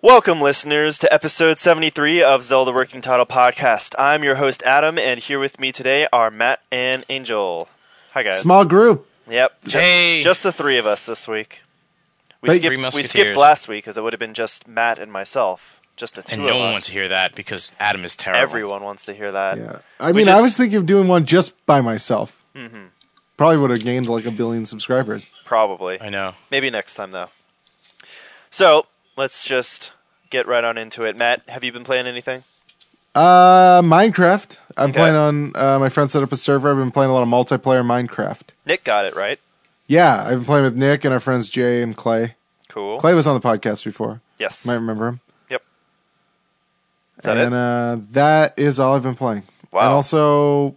Welcome, listeners, to episode 73 of Zelda Working Title Podcast. I'm your host, Adam, and here with me today are Matt and Angel. Hi, guys. Small group. Yep. Just, Hey. just the three of us this week. We Wait. Three skipped, we Musketeers. skipped last week because it would have been just Matt and myself. Just the two and of no one us. wants to hear that because Adam is terrible. Everyone wants to hear that. Yeah. I We mean, I just- Mm-hmm. was thinking of doing one just by myself. Probably would have gained like a billion subscribers. Probably. I know. Maybe next time, though. So, let's just get right on into it. Matt, have you been playing anything? Uh, Minecraft. I'm Okay. playing on. Uh, my friend set up a server. I've been playing a lot of multiplayer Minecraft. Nick got it, right? Yeah, I've been playing with Nick and our friends Jay and Clay. Cool. Clay was on the podcast before. Yes. Might remember him. Yep. Is that and it? uh, that is all I've been playing. Wow. And also,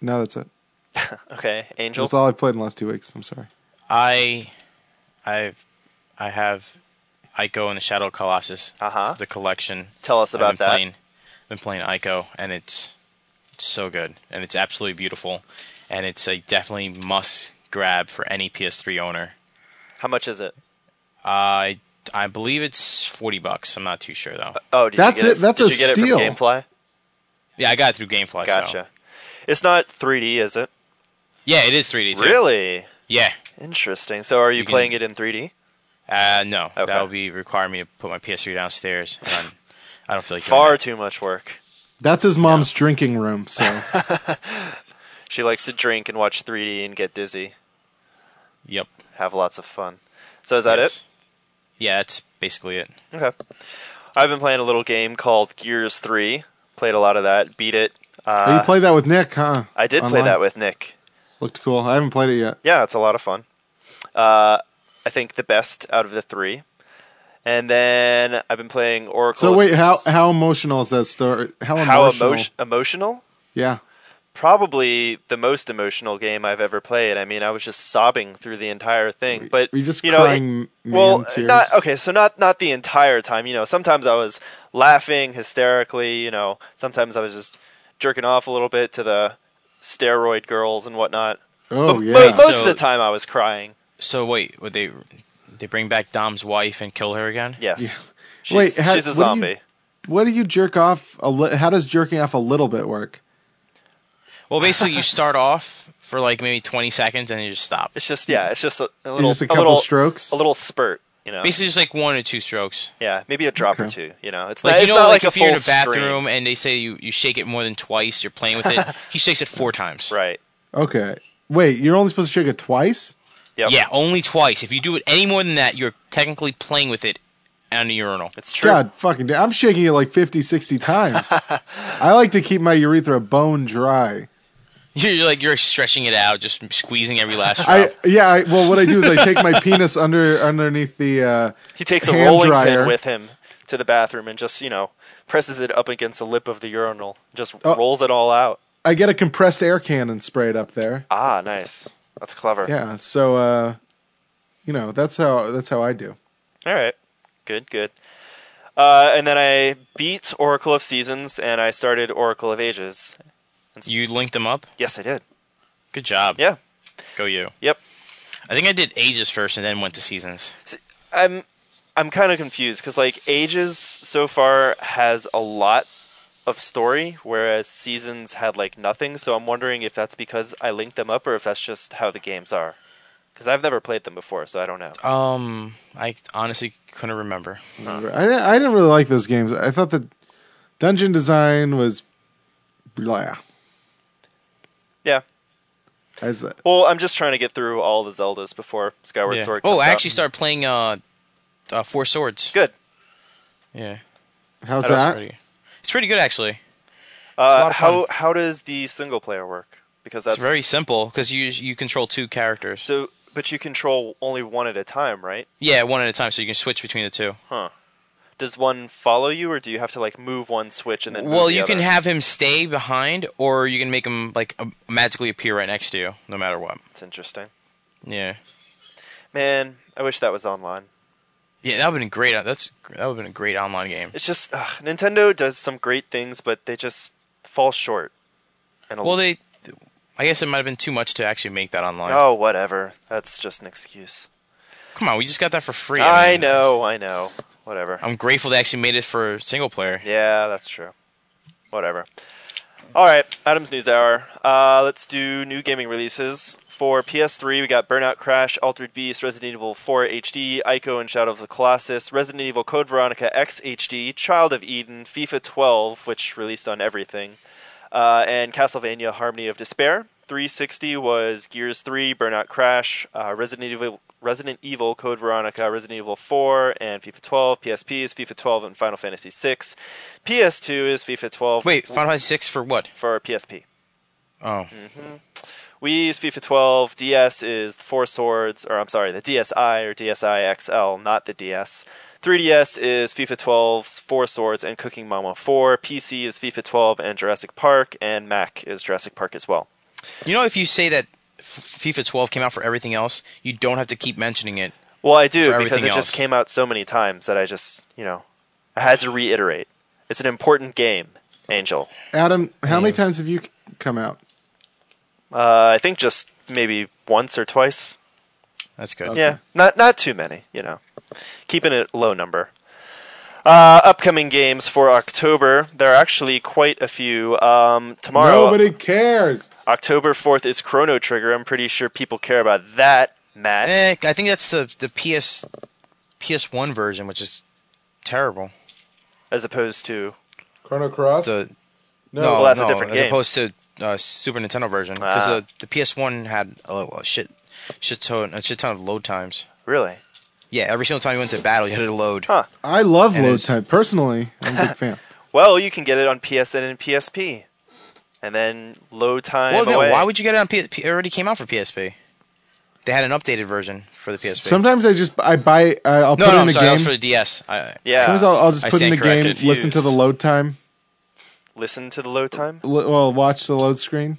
no, that's it. Okay, Angel. That's all I've played in the last two weeks. I'm sorry. I, I've, I have, Ico and the Shadow Colossus. Uh-huh. The collection. Tell us about I've been that. Playing, been playing Ico, and it's, it's so good, and it's absolutely beautiful, and it's a definitely must grab for any PS3 owner. How much is it? I I believe it's forty bucks. I'm not too sure though. Oh, did That's you get it- that's did a you get steal. It from GameFly. Yeah, I got it through GameFly. so- Gotcha. It's not 3D, is it? Yeah, it is 3D. Too. Really Yeah. interesting. So, are you, You can- playing it in 3D? Uh, no, Okay. that would be require me to put my PS3 downstairs. And I'm, I don't feel like doing Far that. too much work. That's his mom's drinking room. So She likes to drink and watch 3D and get dizzy, Yep. have lots of fun. So, is that Yes. Yeah, that's basically it. it? Okay. I've been playing a little game called Gears 3. Played a lot of that. Beat it. Oh, Uh, you played that with Nick, huh? I did play Online? that with Nick. Looked cool. I haven't played it yet. Yeah, it's a lot of fun. Uh, I think the best out of the three. And then I've been playing Oracle. So of wait, how S- how emotional is that story? How how emotional? emotion emotional? yeah. Probably the most emotional game I've ever played. I mean, I was just sobbing through the entire thing. But were you just you know, crying it- man well, tears? not okay. So not not the entire time. You know, sometimes I was laughing hysterically. You know, sometimes I was just jerking off a little bit to the steroid girls and whatnot. Oh but, yeah. but most So- of the time I was crying. So wait, would they they bring back Dom's wife and kill her again? Yes. She's, Wait, ha- she's a what do you- zombie. what do you jerk off? A li- how does jerking off a little bit work? Well, basically, you start off for like maybe 20 seconds and you just stop. It's just yeah, it's just a, a little, just a couple little strokes? a little spurt. You know, Basically, just like one or two strokes. yeah, maybe a drop or Okay. two. You know, it's Like not, you it's know, not like, a if you're in a full stream. bathroom and they say you, you shake it more than twice, you're playing with it. he shakes it four times. right? Okay. Wait, you're only supposed to shake it twice. Yep. Yeah, only twice. If you do it any more than that, you're technically playing with it on the urinal. it's true. God fucking damn. I'm shaking it like 50, 60 times. I like to keep my urethra bone dry. You're like you're stretching it out, just squeezing every last drop. I yeah, I, well what I do is I take my penis under underneath the uh He takes a hand rolling dryer. pin with him to the bathroom and just you know presses it up against the lip of the urinal, just Oh. rolls it all out. I get a compressed air can and spray it up there. Ah, nice. That's clever. Yeah, so uh you know, that's how that's how I do. All right. Good. Good. Uh, and then I beat Oracle of Seasons and I started Oracle of Ages. you linked them up. Yes, I did. Good job. Yeah. Go you. Yep. I think I did ages first and then went to seasons. I'm I'm kind of confused because like Ages so far has a lot of story, whereas Seasons had like nothing. So I'm wondering if that's because I linked them up or if that's just how the games are. Because I've never played them before, so I don't know. Um, I honestly couldn't remember. I didn't, I didn't really like those games. I thought the dungeon design was blah. Yeah. I was, like, Well, I'm just trying to get through all the Zeldas before Skyward Sword. Oh, comes I out. actually started playing uh, uh Four Swords. good. Yeah, how's I don't- that? pretty. It's pretty good actually. a lot Uh, of how how does the single player work? Because that's It's very simple because you you control two characters. so. But you control only one at a time, right? yeah, one at a time, so you can switch between the two. Does one follow you, or do you have to like move one switch and then? move Well, the you can other? have him stay behind, or you can make him like um, magically appear right next to you, no matter what. It's interesting. Yeah. Man, I wish that was online. Yeah, that would have been great. That's that would have been a great online game. It's just ugh, Nintendo does some great things, but they just fall short. And a Well, they, I guess it might have been too much to actually make that online. oh, whatever. That's just an excuse. Come on, we just got that for free. I mean, know, I know. Whatever. I'm grateful they actually made it for single player. Yeah, that's true. Whatever. All right, Adam's News Hour. Uh, let's do new gaming releases. For PS3, we got Burnout Crash, Altered Beast, Resident Evil 4 HD, Ico and Shadow of the Colossus, Resident Evil Code Veronica X HD, Child of Eden, FIFA 12, which released on everything, uh, and Castlevania Harmony of Despair. 360 was Gears 3, Burnout Crash, uh, Resident Evil, Resident Evil Code Veronica, Resident Evil 4, and FIFA 12. PSP is FIFA 12 and Final Fantasy 6. PS2 is FIFA 12. Wait, Final Fantasy six for what? for PSP. Oh, Mm. We use FIFA 12. DS is the Four Swords, or I'm sorry, the DSi or DSi XL, not the DS. 3DS is FIFA 12's Four Swords and Cooking Mama 4. PC is FIFA 12 and Jurassic Park, and Mac is Jurassic Park as well. you know if you say that F- FIFA 12 came out for everything else, you don't have to keep mentioning it. Well, I do because For everything it else. just came out so many times that I just, you know, I had to reiterate. It's an important game, Angel. Adam, how many times have you c- come out? Uh, I think just maybe once or twice. That's good. Yeah, not not too many, you know. Keeping it low number. Uh, upcoming games for October. There are actually quite a few. Um, tomorrow, Nobody cares. October fourth is Chrono Trigger. I'm pretty sure people care about that, Matt. Eh, I think that's the the PS PS1 version, which is terrible. As opposed to Chrono Cross. The no, no, well, that's a no, different as game. opposed to uh, Super Nintendo version, because Ah. the, the PS1 had a, a shit shit ton a shit ton of load times. really, Yeah, every single time you went to battle, you had to load. huh? I love and load it's- time personally. I'm a big fan. Well, you can get it on PSN and PSP, and then low time. Well, no, away. why would you get it on PSP? It already came out for PSP. They had an updated version for the PSP. Sometimes I just I buy I I'll no, put in no, I'm a sorry, that game. was for the DS. I, Yeah. Sometimes I'll, I'll just I put in a stand game, corrected. listen to the load time, listen to the low time? l- well, watch the load screen.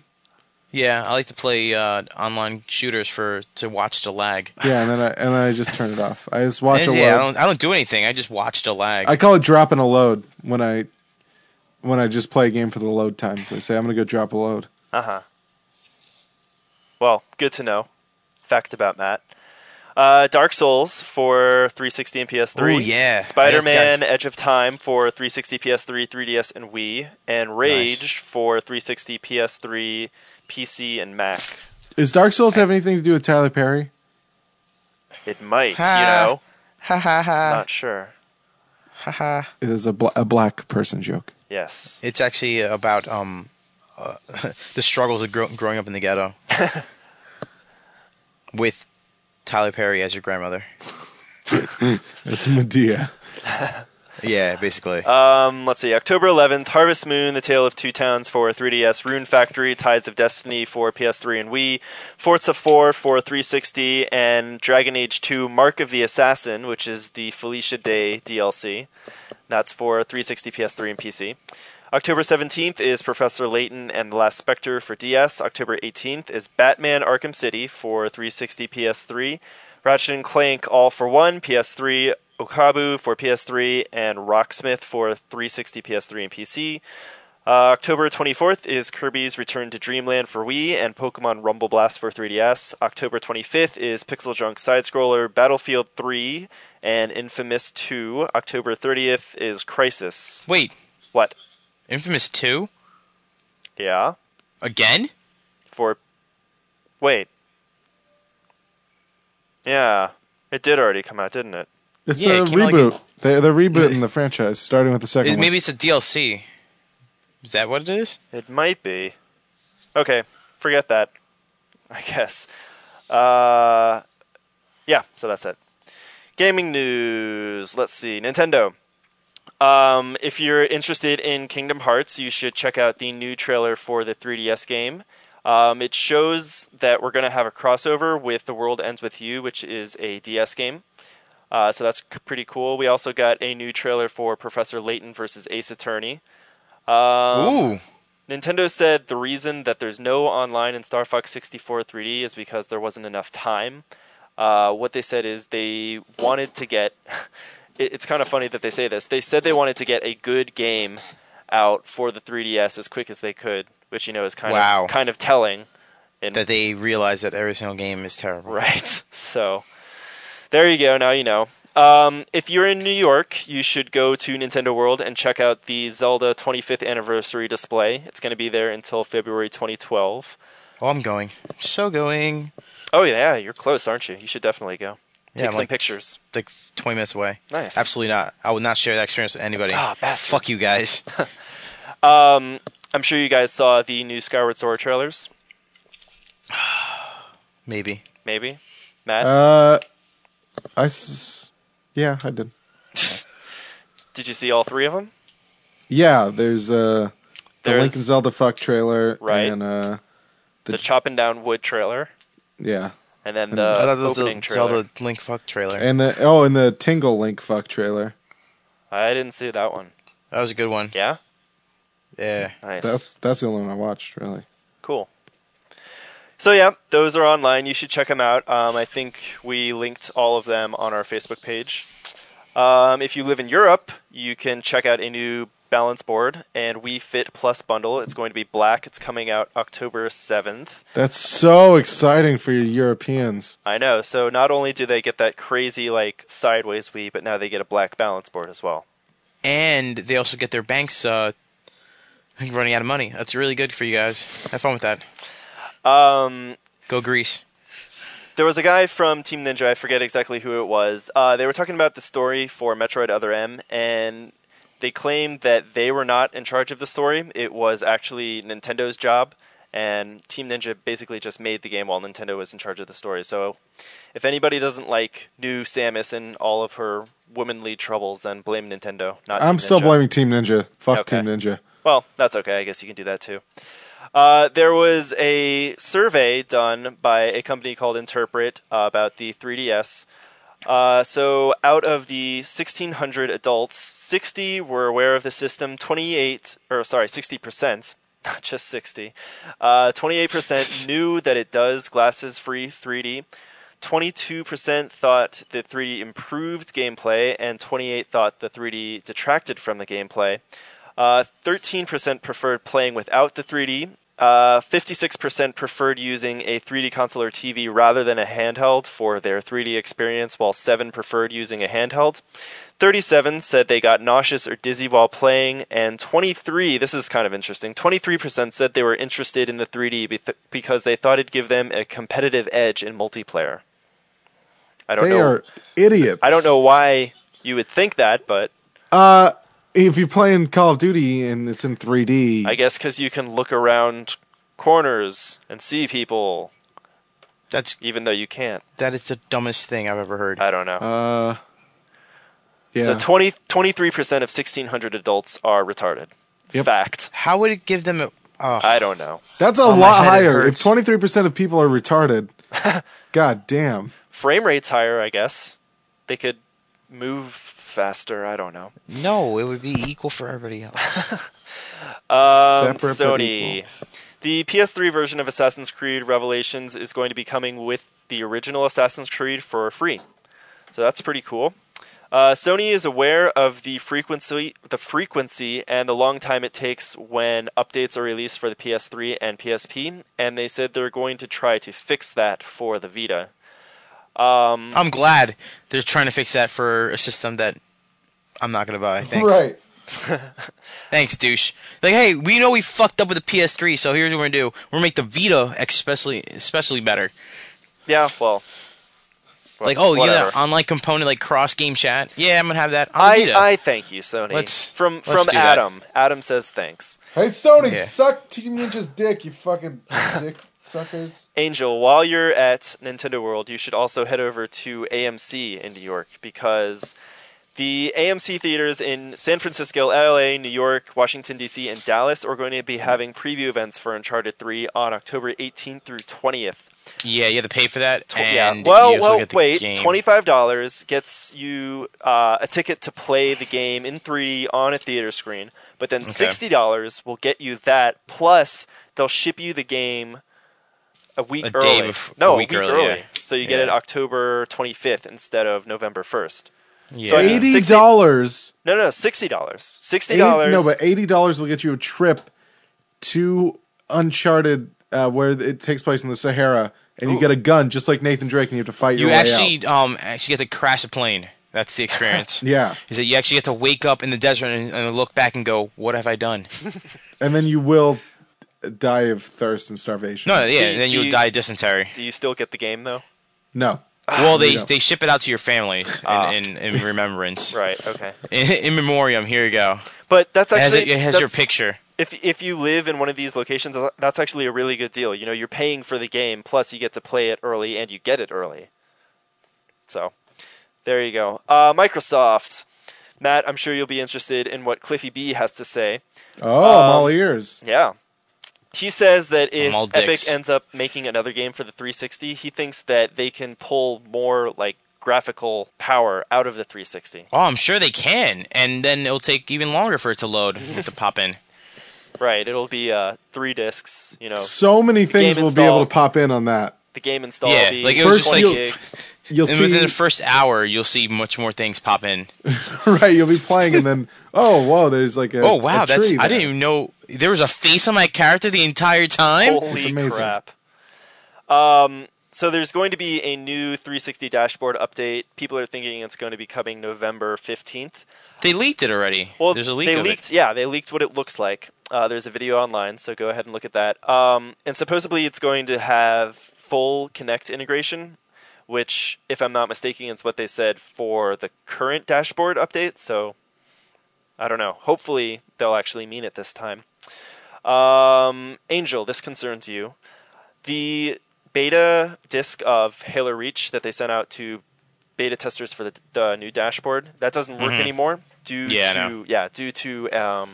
yeah, I like to play uh, online shooters for to watch the lag. Yeah, and then I, and then I just turn it off. I just watch a yeah, I load. don't, I don't do anything. I just watch the lag. I call it dropping a load when I when I just play a game for the load times. I say I'm gonna go drop a load. Uh huh. Well, good to know. Fact about Matt. Uh, Dark Souls for 360 and PS3. Ooh, yeah. Spider Man That's Edge of Time for 360, PS3, 3DS, and Wii. And Rage for 360, PS3, PC, and Mac. Is Dark Souls have anything to do with Tyler Perry? It might, you Ha. know. ha ha ha Not sure. ha ha. It is a, bl- a black person joke. Yes. It's actually about um, uh, the struggles of grow- growing up in the ghetto with Tyler Perry as your grandmother. It's Medea. Yeah, basically. Um, let's see. October 11th, Harvest Moon: The Tale of Two Towns for 3DS, Rune Factory, Tides of Destiny for PS3 and Wii, Forza 4 for 360, and Dragon Age 2: Mark of the Assassin, which is the Felicia Day DLC. That's for 360, PS3, and PC. October 17th is Professor Layton and the Last Spectre for DS. October 18th is Batman Arkham City for 360 PS3. Ratchet and Clank All for One PS3. Okabu for PS3 and Rocksmith for 360 PS3 and PC. Uh, October 24th is Kirby's Return to Dreamland for Wii and Pokemon Rumble Blast for 3DS. October 25th is Pixel Junk Side Scroller, Battlefield 3, and Infamous 2. October 30th is Crisis. Wait, What? Infamous Two Yeah. again? for wait yeah it did already come out didn't it It's Yeah, a it came out like reboot. They, they're rebooting the franchise, starting with the second It- one. maybe it's a DLC. Is that what it is? it might be okay forget that i guess uh yeah so that's it gaming news let's see nintendo um, if you're interested in Kingdom Hearts, you should check out the new trailer for the 3DS game. Um, it shows that we're going to have a crossover with The World Ends With You, which is a DS game. Uh, so that's c- pretty cool. We also got a new trailer for Professor Layton versus Ace Attorney. Um, Ooh, Nintendo said the reason that there's no online in Star Fox 64 3D is because there wasn't enough time. Uh, what they said is they wanted to get. it, it's kind of funny that they say this. They said they wanted to get a good game out for the 3DS as quick as they could, which you know is kind Wow. of kind of telling. In, that they realize that every single game is terrible. Right. So there you go. Now you know. Um, if you're in New York, you should go to Nintendo World and check out the Zelda 25th anniversary display. It's going to be there until February 2012. Oh, I'm going. So going. Oh yeah, you're close, aren't you? You should definitely go. Take Yeah, I'm some like- pictures. Like 20 minutes away. Nice. Absolutely not. I would not share that experience with anybody. Ah, bastard. Fuck you guys. Um, I'm sure you guys saw the new Skyward Sword trailers. Maybe. Maybe, Matt, Uh, I s- yeah, I did. did you see all three of them? Yeah, there's uh the There's Link and Zelda fuck trailer, Right. And uh, the, chopping down wood trailer yeah, and then And the I I thought that was Uh, opening the trailer. Zelda Link fuck trailer. and the oh, and the Tingle Link fuck trailer. I didn't see that one. that was a good one. Yeah, Yeah. nice. That's that's the only one I watched really. Cool. So yeah, those are online. You should check them out. Um, I think we linked all of them on our Facebook page. Um, if you live in Europe, you can check out a new balance board and We Fit Plus bundle. It's going to be black. It's coming out October seventh. That's so exciting for you Europeans. I know. So not only do they get that crazy like sideways Wii, but now they get a black balance board as well. And they also get their banks uh, running out of money. That's really good for you guys. Have fun with that. Um, Go Greece. There was a guy from Team Ninja, I forget exactly who it was. Uh, they were talking about the story for Metroid Other M, and they claimed that they were not in charge of the story. It was actually Nintendo's job, and Team Ninja basically just made the game while Nintendo was in charge of the story. So if anybody doesn't like new Samus and all of her womanly troubles, then blame Nintendo, not I'm Team still Ninja. blaming Team Ninja. Fuck Okay. Team Ninja. Well, that's okay. I guess you can do that too. Uh, there was a survey done by a company called Interpret uh, about the 3DS. Uh, so, out of the 1,600 adults, 60 were aware of the system. 28, or sorry, 60 percent, not just 60. Uh, 28 percent knew that it does glasses-free 3D. 22 percent thought the 3D improved gameplay, and 28 thought the 3D detracted from the gameplay. Uh, 13% preferred playing without the 3D. Uh, 56% preferred using a 3D console or TV rather than a handheld for their 3D experience, while 7 preferred using a handheld. 37 said they got nauseous or dizzy while playing, and 23, this is kind of interesting, 23% said they were interested in the 3D be- because they thought it'd give them a competitive edge in multiplayer. I don't They know. are idiots. I don't know why you would think that, but Uh, if you're playing Call of Duty and it's in 3D, I guess because you can look around corners and see people, That's even though you can't. that is the dumbest thing I've ever heard. I don't know. uh, yeah, So 20, 23% of 1,600 adults are retarded. Yep. Fact. How would it give them? A, oh, I don't know. that's a my lot head, it higher. If hurts. 23 percent of people are retarded, god damn. Frame rate's higher, I guess. They could move faster. I don't know. no, it would be equal for everybody else. Um, Separate but Sony. The PS3 version of Assassin's Creed Revelations is going to be coming with the original Assassin's Creed for free. So that's pretty cool. Uh, Sony is aware of the frequency, the frequency, and the long time it takes when updates are released for the PS3 and PSP, and they said they're going to try to fix that for the Vita. Um, I'm glad they're trying to fix that for a system that I'm not gonna buy. Thanks. Right. Thanks, douche. Like, hey, we know we fucked up with the PS3, so here's what we're gonna do: we're gonna make the Vita especially especially better. yeah, well, Like, oh, you whatever. know, that online component like cross game chat. Yeah, I'm gonna have that. On I, Vita. I thank you, Sony. Let's- from let's from do that. Adam. Adam says thanks. Hey Sony, Yeah. suck Team Ninja's dick, you fucking dick suckers. Angel, while you're at Nintendo World, you should also head over to AMC in New York because the AMC theaters in San Francisco, LA, New York, Washington, D.C., and Dallas are going to be having preview events for Uncharted 3 on October 18th through 20th. yeah, you have to pay for that. Tw- and you Well, have to well, get the wait. game. Twenty-five dollars gets you uh, a ticket to play the game in 3D on a theater screen, but then sixty dollars will get you that plus they'll ship you the game a week A early. day bef- no, a week early, yeah. So you get Yeah. it October twenty-fifth instead of November first. Yeah. so you- Eighty dollars. No, no, sixty dollars. Sixty dollars. No, but eighty dollars will get you a trip to Uncharted, uh, where it takes place in the Sahara, and you get a gun just like Nathan Drake, and you have to fight your you way out. actually um actually get to crash a plane. That's the experience. Yeah. Is that you actually get to wake up in the desert and, and look back and go, "What have I done?" And then you will die of thirst and starvation. No, yeah, Do- and then do you you- die of dysentery. Do you still get the game though? No. Well, they no. they ship it out to your families Ah. in, in, in remembrance, Right. Okay. in, in memoriam. Here you go. But that's It has, actually it has your that's- picture. If if you live in one of these locations, that's actually a really good deal. You know, you're paying for the game, plus you get to play it early and you get it early. So, there you go. Uh, Microsoft, Matt, I'm sure you'll be interested in what Cliffy B has to say. Oh, I'm Um, all ears. Yeah. He says that if I'm all Epic dicks. ends up making another game for the 360, he thinks that they can pull more like graphical power out of the 360. Oh, I'm sure they can, and then it'll take even longer for it to load with the pop in. Right, it'll be uh, three discs, you know. So many things game will be install. able to pop in on that. The game install Yeah, will be like, it was just 20 like- gigs. You'll And see, within the first hour, you'll see much more things pop in. right? You'll be playing, and then oh, whoa, there's like a Oh a wow, that's tree I there. didn't even know there was a face on my character the entire time. It's Holy amazing. crap. Um, so there's going to be a new 360 dashboard update. People are thinking it's going to be coming November 15th. They leaked it already. Well, There's a leak they of leaked, yeah, they leaked what it looks like. Uh, there's a video online, so go ahead and look at that. Um, and supposedly it's going to have full Connect integration, which, if I'm not mistaken, is what they said for the current dashboard update. So I don't know. Hopefully they'll actually mean it this time. Um, Angel, this concerns you. The beta disc of Halo Reach that they sent out to beta testers for the, the new dashboard that doesn't work anymore due Mm-hmm. Yeah, I to know. yeah due to um,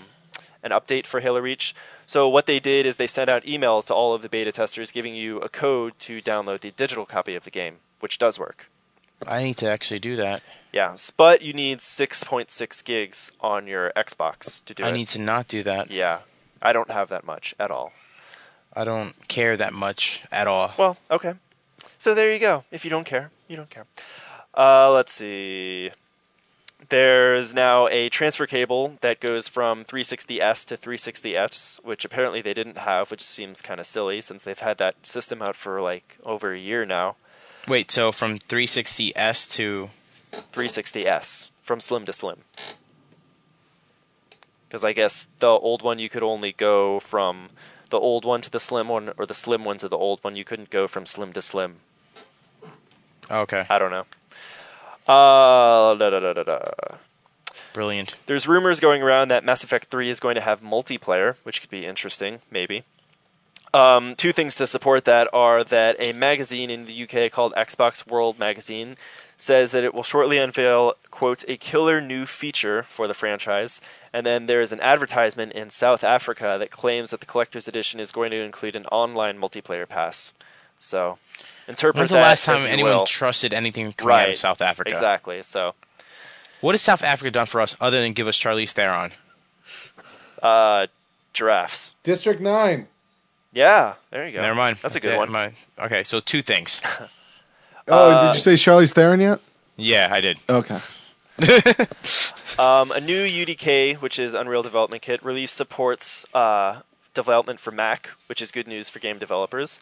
an update for Halo Reach. So what they did is they sent out emails to all of the beta testers giving you a code to download the digital copy of the game, which does work. it. I need to actually do that. Yeah, but you need 6.6 gigs on your Xbox to do I it. need to not do that. Yeah, I don't have that much at all. I don't care that much at all. Well, okay. So there you go. If you don't care, you don't care. Uh, let's see. There's now a transfer cable that goes from 360S to 360X, which apparently they didn't have, which seems kind of silly since they've had that system out for like over a year now. Wait, so from 360s to 360S from slim to slim. Because I guess the old one you could only go from the old one to the slim one, or the slim one to the old one. You couldn't go from slim to slim. oh, okay, I don't know. Uh, da, da, da, da, da. brilliant. There's rumors going around that Mass Effect 3 is going to have multiplayer, which could be interesting, maybe. Um, two things to support that are that a magazine in the UK called Xbox World Magazine says that it will shortly unveil, quote, a killer new feature for the franchise. And then there is an advertisement in South Africa that claims that the collector's edition is going to include an online multiplayer pass. So, interpret When's the that last as time you anyone will. trusted anything coming out Right. of South Africa? Exactly. So, What has South Africa done for us other than give us Charlize Theron? uh, giraffes. District Nine. Yeah, there you go. Never mind. That's a good Yeah, one. my- okay, so two things. Oh, Uh, did you say Charlize Theron yet? Yeah, I did. Okay. Um, a new UDK, which is Unreal Development Kit, release supports uh, development for Mac, which is good news for game developers.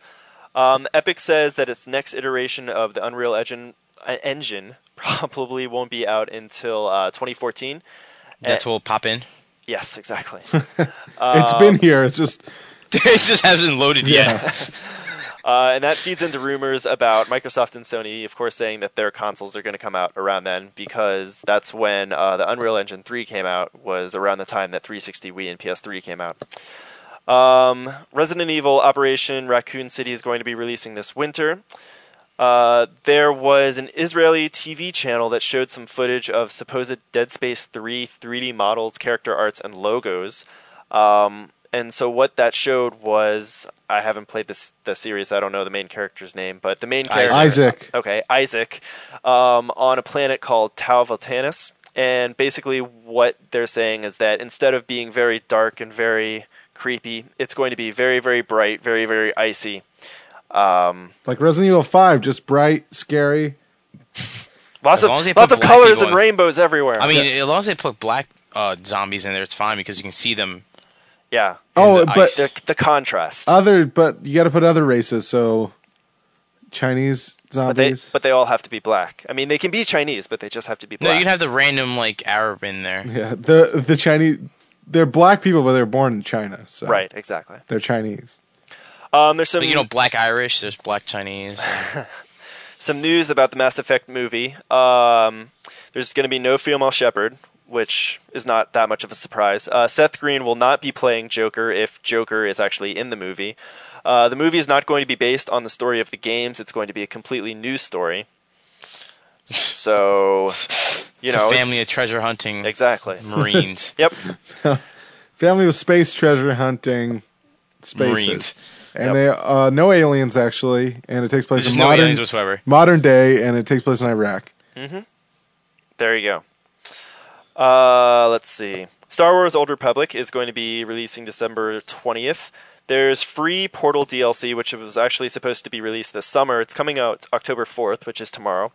Um, Epic says that its next iteration of the Unreal Engine, uh, engine probably won't be out until uh, 2014. Eh. That's what will pop in. Yes, exactly. it's um, been here. It's just it just hasn't loaded yet. yeah. Uh, and that feeds into rumors about Microsoft and Sony, of course, saying that their consoles are going to come out around then because that's when uh, the Unreal Engine 3 came out, was around the time that 360 Wii and PS3 came out. Um, Resident Evil Operation Raccoon City is going to be releasing this winter. Uh, there was an Israeli TV channel that showed some footage of supposed Dead Space 3 3D models, character arts, and logos. Um, and so what that showed was I haven't played this the series. I don't know the main character's name, but the main character Isaac. Okay, Isaac, um, on a planet called Tau Voltanus. And basically, what they're saying is that instead of being very dark and very creepy, it's going to be very, very bright, very, very icy. Um, like Resident Evil Five, just bright, scary. lots As long as they of lots put of black colors people and in. rainbows everywhere. I mean, as long as they put black uh, zombies in there, it's fine because you can see them. yeah, Oh, the but ice. the, the contrast. other, but you got to put other races. So Chinese But they, zombies. but they all have to be black. I mean, they can be Chinese, but they just have to be No, black. you'd have the random like Arab in there. yeah, the the Chinese they're black people, but they're born in China. So right, exactly. they're Chinese. Um, there's some Like, you know, black Irish. There's black Chinese. and- some news about the Mass Effect movie. Um, there's going to be no female Shepard, which is not that much of a surprise. Uh, Seth Green will not be playing Joker if Joker is actually in the movie. Uh, the movie is not going to be based on the story of the games. It's going to be a completely new story. So, you it's know, a it's- family of treasure hunting exactly. Marines. Yep. Family with space treasure hunting. Spaces. Marines. And they uh, no aliens actually, and it takes place There's in no modern aliens whatsoever. modern day, and it takes place in Iraq. There you go. Uh, let's see. Star Wars Old Republic is going to be releasing December 20th. There's free Portal DLC, which was actually supposed to be released this summer. It's coming out October 4th, which is tomorrow.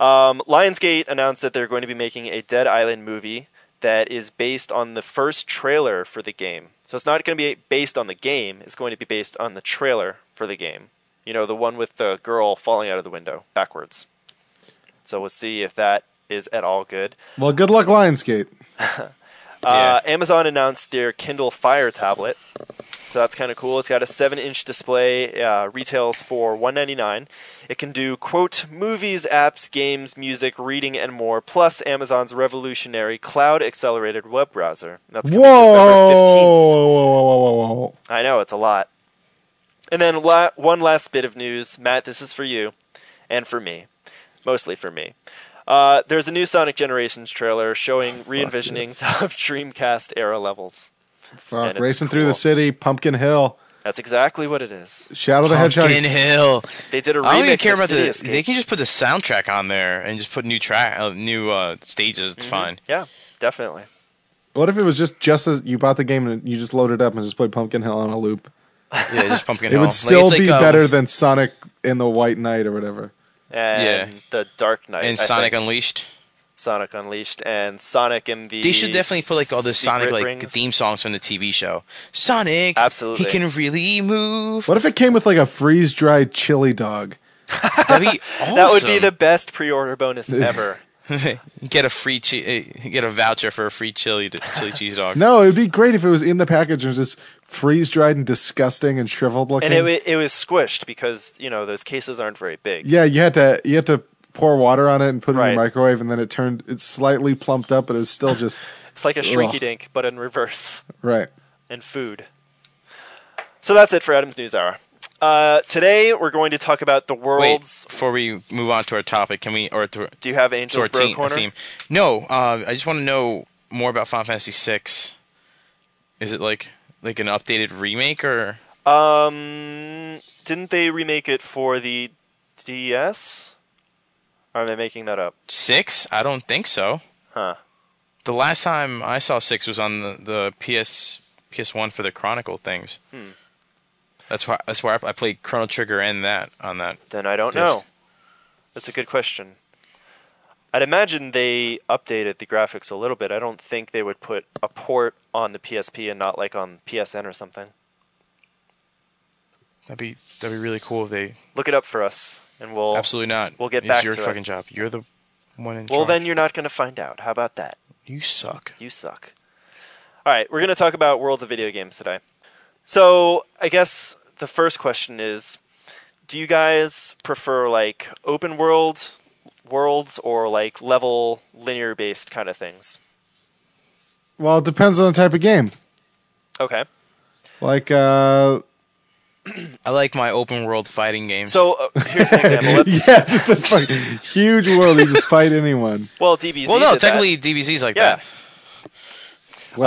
Um, Lionsgate announced that they're going to be making a Dead Island movie that is based on the first trailer for the game. So it's not going to be based on the game, it's going to be based on the trailer for the game. You know, the one with the girl falling out of the window backwards. So we'll see if that is at all good. Well, good luck, Lionsgate. Uh, Amazon announced their Kindle Fire tablet, so that's kind of cool. It's got a seven-inch display, uh, retails for one ninety-nine. It can do quote movies, apps, games, music, reading, and more. Plus Amazon's revolutionary cloud-accelerated web browser. That's Whoa, coming November fifteenth. whoa, whoa, whoa, whoa, whoa, whoa. I know it's a lot. And then la- one last bit of news, Matt. This is for you, and for me, mostly for me. Uh, there's a new Sonic Generations trailer showing re-envisionings of Dreamcast era levels. Fuck, it's racing through the cool. city, Pumpkin Hill, Shadow That's exactly what it is. the Hedgehog. Pumpkin Hill. They did a remix I don't even care of about City the. Escape. They can just put the soundtrack on there and just put new track, uh, new uh, stages. Mm-hmm. It's fine. Yeah, definitely. What if it was just just as you bought the game and you just loaded up and just played Pumpkin Hill on a loop? Yeah, just Pumpkin It Hill. would still like, it's be like, um, better than Sonic and the White Knight or whatever. And Yeah. the Dark Knight. and I Sonic think. Unleashed. Sonic Unleashed and Sonic and the They should definitely put like all the Sonic Secret like Rings. theme songs from the TV show. Sonic, Absolutely. he can really move. What if it came with like a freeze dried chili dog? That'd be awesome. That would be the best pre-order bonus ever. get a free che- uh, get a voucher for a free chili chili cheese dog. No, it would be great if it was in the package and it was just freeze dried and disgusting and shriveled looking. and it wa- it was squished because you know those cases aren't very big. yeah, you had to you had to pour water on it and put it in Right. the microwave, and then it turned it slightly plumped up, but it was still just It's like a shrinky dink, but in reverse. right. and food. So that's it for Adam's News Hour. Uh, today we're going to talk about the Wait, world's. before we move on to our topic, can we or to, Do you have to our Angels Bro team, Corner? theme? No, uh, I just want to know more about Final Fantasy VI. Is it like like an updated remake or? Um, didn't they remake it for the DS? Or am I making that up? Six? I don't think so. Huh. The last time I saw six was on the, the PS PS One for the Chronicle things. Hmm. That's why that's why I, I played Chrono Trigger and that on that. Then I don't Disc. know. That's a good question. I'd imagine they updated the graphics a little bit. I don't think they would put a port on the PSP and not like on PSN or something. That'd be that'd be really cool if they. Look it up for us, and we'll Absolutely not. We'll get it's back your to it. fucking job. You're the one in Well, charge. then you're not going to find out. How about that? you suck. You suck. All right, we're going to talk about worlds of video games today. So, I guess the first question is do you guys prefer like open world worlds or like level linear based kind of things? Well, it depends on the type of game. Okay. Like uh I like my open world fighting games. So, uh, here's an example. Let's, yeah, just a fucking huge world you just fight anyone. Well, DBZ. well, no, did that. technically DBZ's like Yeah. that. What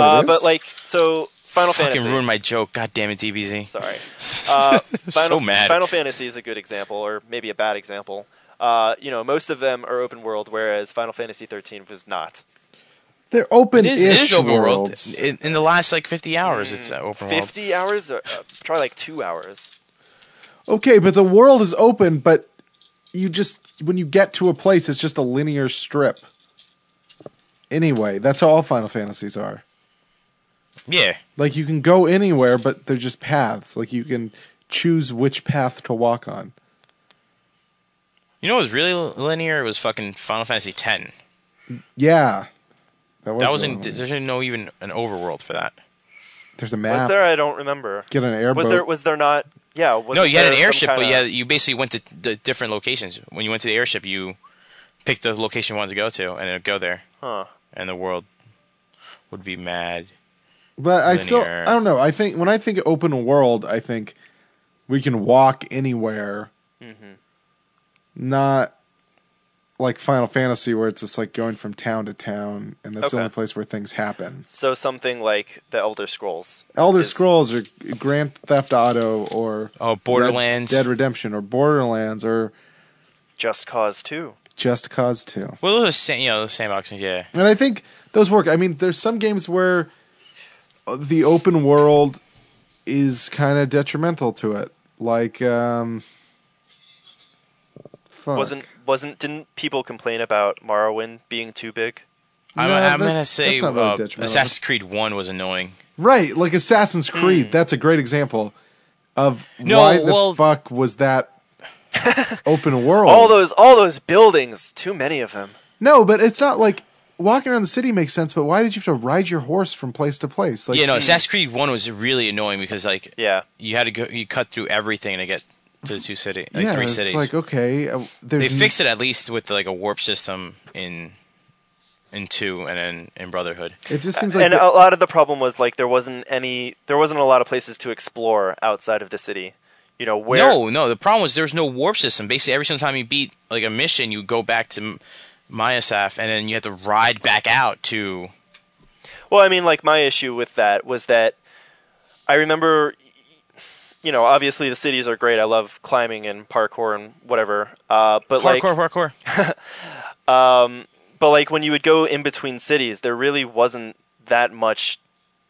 Uh, it is? but like, so Final Fucking Fantasy. ruined my joke. God damn it, DBZ. Sorry. Uh, Final, mad. Final Fantasy is a good example, or maybe a bad example. Uh, you know, most of them are open world, whereas Final Fantasy 13 was not. they're open It is, it is open world. worlds. In, in the last like 50 hours, Hmm. it's uh, open world. 50 hours? Or, uh, try like two hours. Okay, but the world is open, but you just when you get to a place, it's just a linear strip. Anyway, that's how all Final Fantasies are. Yeah. Like you can go anywhere, but they're just paths. Like you can choose which path to walk on. You know what was really linear? It was fucking Final Fantasy X. Yeah. was That the wasn't. one. There's no even an overworld for that. There's a Was map. there? I don't remember. Get an airboat. Was there? Was there not? Yeah. Was no, you had there an some airship, but kinda- yeah, you basically went to d- different locations. When you went to the airship, you picked the location you wanted to go to, and it'd go there, Huh. and the world would be mad. But I still, linear. I don't know. I think when I think open world, I think we can walk anywhere. Mm-hmm. Not like Final Fantasy, where it's just like going from town to town, and that's the Okay. only place where things happen. So something like the Elder Scrolls. Elder is- Scrolls or Grand Theft Auto or Oh, Borderlands. Red Dead Redemption, or Borderlands, or Just Cause Two. Just Cause Two. Well, those are sa- you know, the sandboxing. Yeah, And I think those work. I mean, there's some games where the open world is kind of detrimental to it. Like, um, fuck. Wasn't wasn't didn't people complain about Morrowind being too big? I'm, No, I'm that- gonna say that's not really uh, detrimental. Assassin's Creed One was annoying. right? Like Assassin's Creed. That's a great example of Hmm. No, why the well- fuck was that open world? All those all those buildings. Too many of them. no, but it's not like walking around the city makes sense. But why did you have to ride your horse from place to place? Like, yeah, no, Assassin's Creed One was really annoying because like Yeah. you had to go, you cut through everything to get to the two city, like yeah, three it's cities. like okay, uh, there's they fixed it at least with like a warp system in in two and then in Brotherhood. It just seems like and the- a lot of the problem was like there wasn't any there wasn't a lot of places to explore outside of the city. You know where No, no. The problem was there was no warp system. Basically, every single time you beat like a mission, you go back to M- Myasaf, and then you have to ride back out to. Well, I mean, like my issue with that was that I remember, you know, obviously the cities are great. I love climbing and parkour and whatever. Uh, but like, Parkour, parkour. but like when you would go in between cities, there really wasn't that much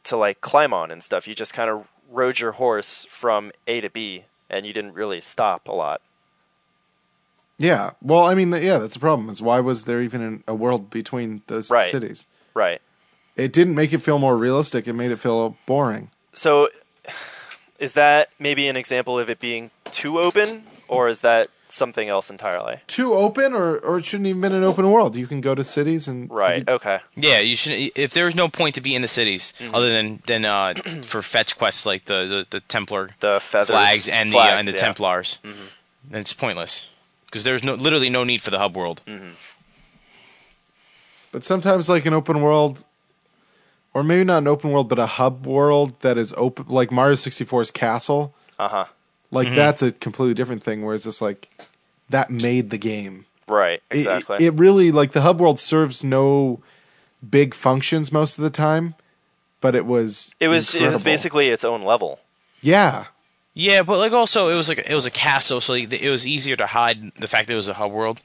to like climb on and stuff. You just kind of rode your horse from A to B, and you didn't really stop a lot. Yeah. Well, I mean, th- yeah, that's the problem. Is why was there even an, a world between those Right. cities? Right. It didn't make it feel more realistic. It made it feel boring. So, is that maybe an example of it being too open, or is that something else entirely? Too open, or or it shouldn't even been an open world. You can go to cities and Right. Mm-hmm. Okay. Yeah, you should. If there was no point to be in the cities other than than uh, for fetch quests like the the, the Templar The feathers, flags and the uh, and the yeah. Templars, then it's pointless because there's no literally no need for the hub world. But sometimes, like an open world, or maybe not an open world, but a hub world that is open, like Mario 64's castle. Uh huh. Like that's a completely different thing. Where it's just like that made the game. Right, It- exactly. It, it really like the hub world serves no big functions most of the time, but it was It was it was incredible. basically its own level. yeah. Yeah, but like also it was like it was a castle, so like, it was easier to hide the fact that it was a hub world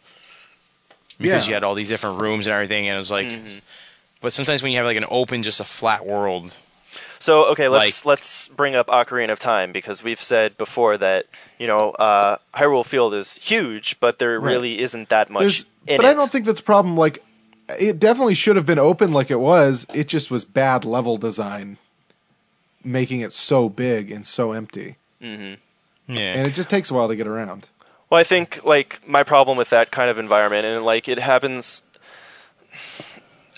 because Yeah. you had all these different rooms and everything, and it was like. Mm-hmm. But sometimes when you have like an open, just a flat world, So okay, let's let's bring up Ocarina of Time because we've said before that you know uh, Hyrule Field is huge, but there really isn't that much There's, in but it. I don't think that's a problem. Like it definitely should have been open like it was. It just was bad level design, making it so big and so empty, yeah. and it just takes a while to get around. Well, I think like my problem with that kind of environment, and like it happens.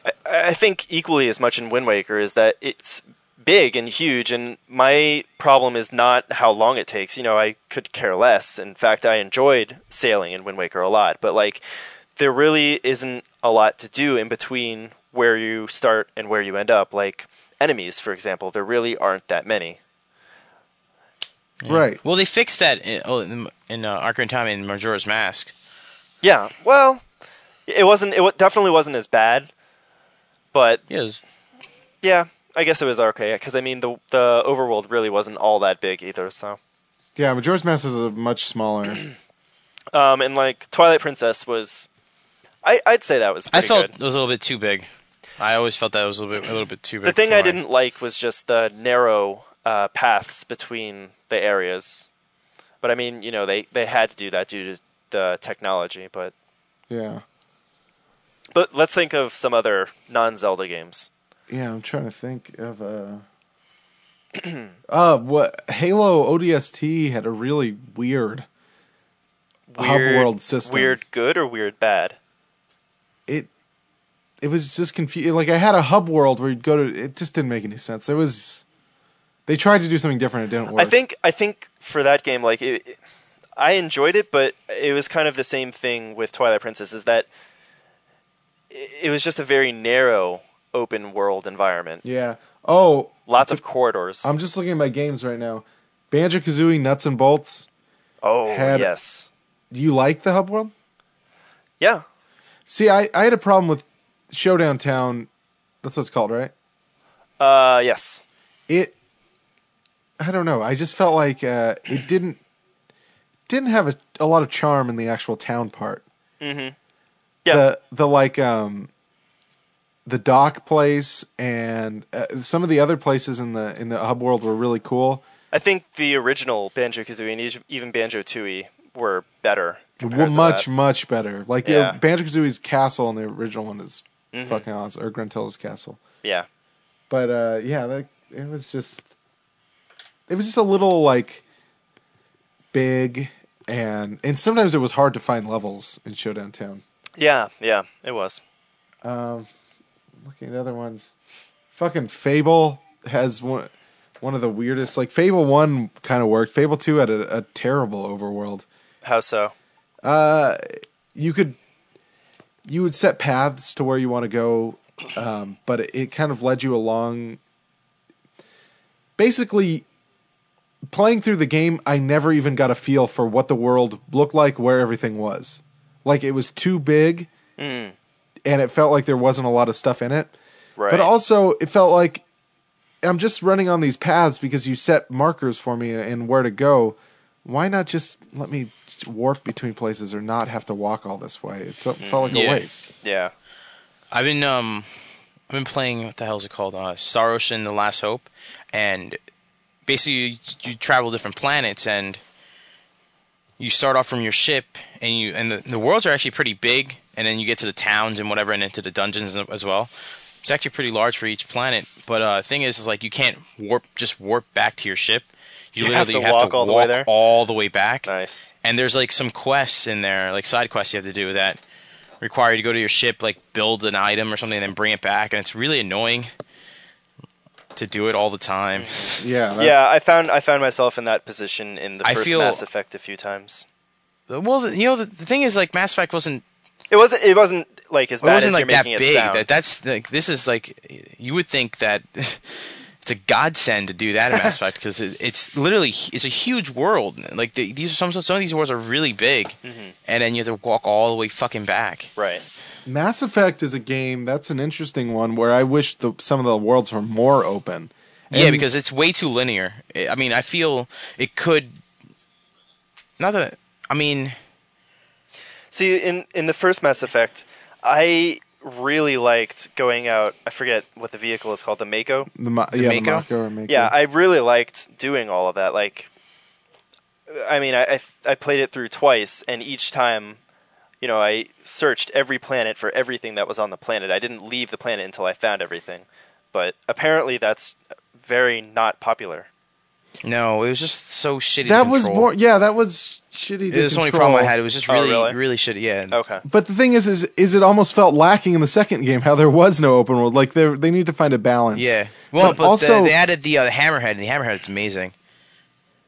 I, I think equally as much in Wind Waker is that it's big and huge, and my problem is not how long it takes. You know, I could care less. In fact, I enjoyed sailing in Wind Waker a lot, but like there really isn't a lot to do in between where you start and where you end up. Like enemies, for example, there really aren't that many. Right. Well, they fixed that in, oh, in, in uh, Ocarina of Time in Majora's Mask. Yeah, well, it wasn't. It wa- definitely wasn't as bad, but Yeah, it was- yeah, I guess it was okay. Because I mean, the the overworld really wasn't all that big either. So, Yeah, Majora's Mask is a much smaller. um, and like Twilight Princess was, I I'd say that was. I Pretty felt good. it was a little bit too big. I always felt that it was a little bit a little bit too big. the thing for I my- didn't like was just the narrow uh, paths between the areas. But I mean, you know, they they had to do that due to the technology. But yeah. but let's think of some other non Zelda games. Yeah, I'm trying to think of uh uh what Halo ODST had a really weird weird Hub world system. Weird good or weird bad? It it was just confusing. Like I had a hub world where you'd go to. It just didn't make any sense. It was they tried to do something different. It didn't work. I think I think for that game, like it, it- I enjoyed it, but it was kind of the same thing with Twilight Princess. Is that it it was just a very narrow open world environment, Yeah. Oh, lots of corridors. I'm just looking at my games right now. Banjo Kazooie Nuts and Bolts. oh had- yes, Do you like the hub world? yeah. See, I, I had a problem with Showdown Town. That's what it's called, right? Uh, yes. It. I don't know. I just felt like uh, it didn't didn't have a, a lot of charm in the actual town part. Mm-hmm. Yeah. The the like um the dock place and uh, some of the other places in the in the hub world were really cool. I think the original Banjo Kazooie and e- even Banjo Tooie were better. Well, compared to much that. much better. Like Yeah. Mm-hmm. yeah. Banjo Kazooie's castle in the original one is fucking awesome, or Gruntilda's castle. Yeah. But uh, yeah, that it was just it was just a little like big and and sometimes it was hard to find levels in Showdown Town. Yeah. Yeah. It was. Looking at other ones, fucking Fable has one one of the weirdest. Like Fable One kind of worked. Fable Two had a, a terrible overworld. How so? you could you would set paths to where you want to go um, but it, it kind of led you along basically playing through the game i never even got a feel for what the world looked like where everything was like it was too big and it felt like there wasn't a lot of stuff in it Right. but also it felt like i'm just running on these paths because you set markers for me and where to go why not just let me just warp between places or not have to walk all this way it so- felt like a Yeah. waste yeah. I've been um, I've been playing what the hell is it called? Uh, Star Ocean: The Last Hope, and basically you, you travel different planets and you start off from your ship and you and the, the worlds are actually pretty big and then you get to the towns and whatever and into the dungeons as well. It's actually pretty large for each planet, but uh, thing is, is like you can't warp just warp back to your ship. You, You have literally to walk all the way walk there? all the way back Nice. and there's like some quests in there, like side quests you have to do that require you to go to your ship, like build an item or something, and then bring it back, and it's really annoying to do it all the time. yeah that- Yeah, I found I found myself in that position in the I first feel- Mass Effect a few times. Well, the- you know, the, the thing is, like Mass Effect wasn't It wasn't it wasn't like as it bad wasn't as like you're that making big. it sound. That that's like this is like you would think that it's a godsend to do that in Mass Effect because it, it's literally it's a huge world. Like the, these are some some of these worlds are really big, Mm-hmm. and then you have to walk all the way fucking back. right. mass effect is a game that's an interesting one where i wish the, some of the worlds were more open yeah, And- because it's way too linear. I I mean, I feel it could. Not that I mean, See, in in the first Mass Effect, I really liked going out. I forget what the vehicle is called, the Mako. the, Ma- yeah, the Mako? Mako or Mako. Yeah, I really liked doing all of that. Like, I mean, I, I I played it through twice, and each time, you know, I searched every planet for everything that was on the planet. I didn't leave the planet until I found everything. But apparently, that's very not popular. no, it was just so shitty. that to was control. more yeah that was shitty It to was the only control. problem I had. It was just Oh, really, really? really, shitty. Yeah. Okay. But the thing is, is is it almost felt lacking in the second game? How there was no open world. Like they they need to find a balance. Yeah. Well, But but, also- the, they added the, uh, the hammerhead, and the hammerhead is amazing.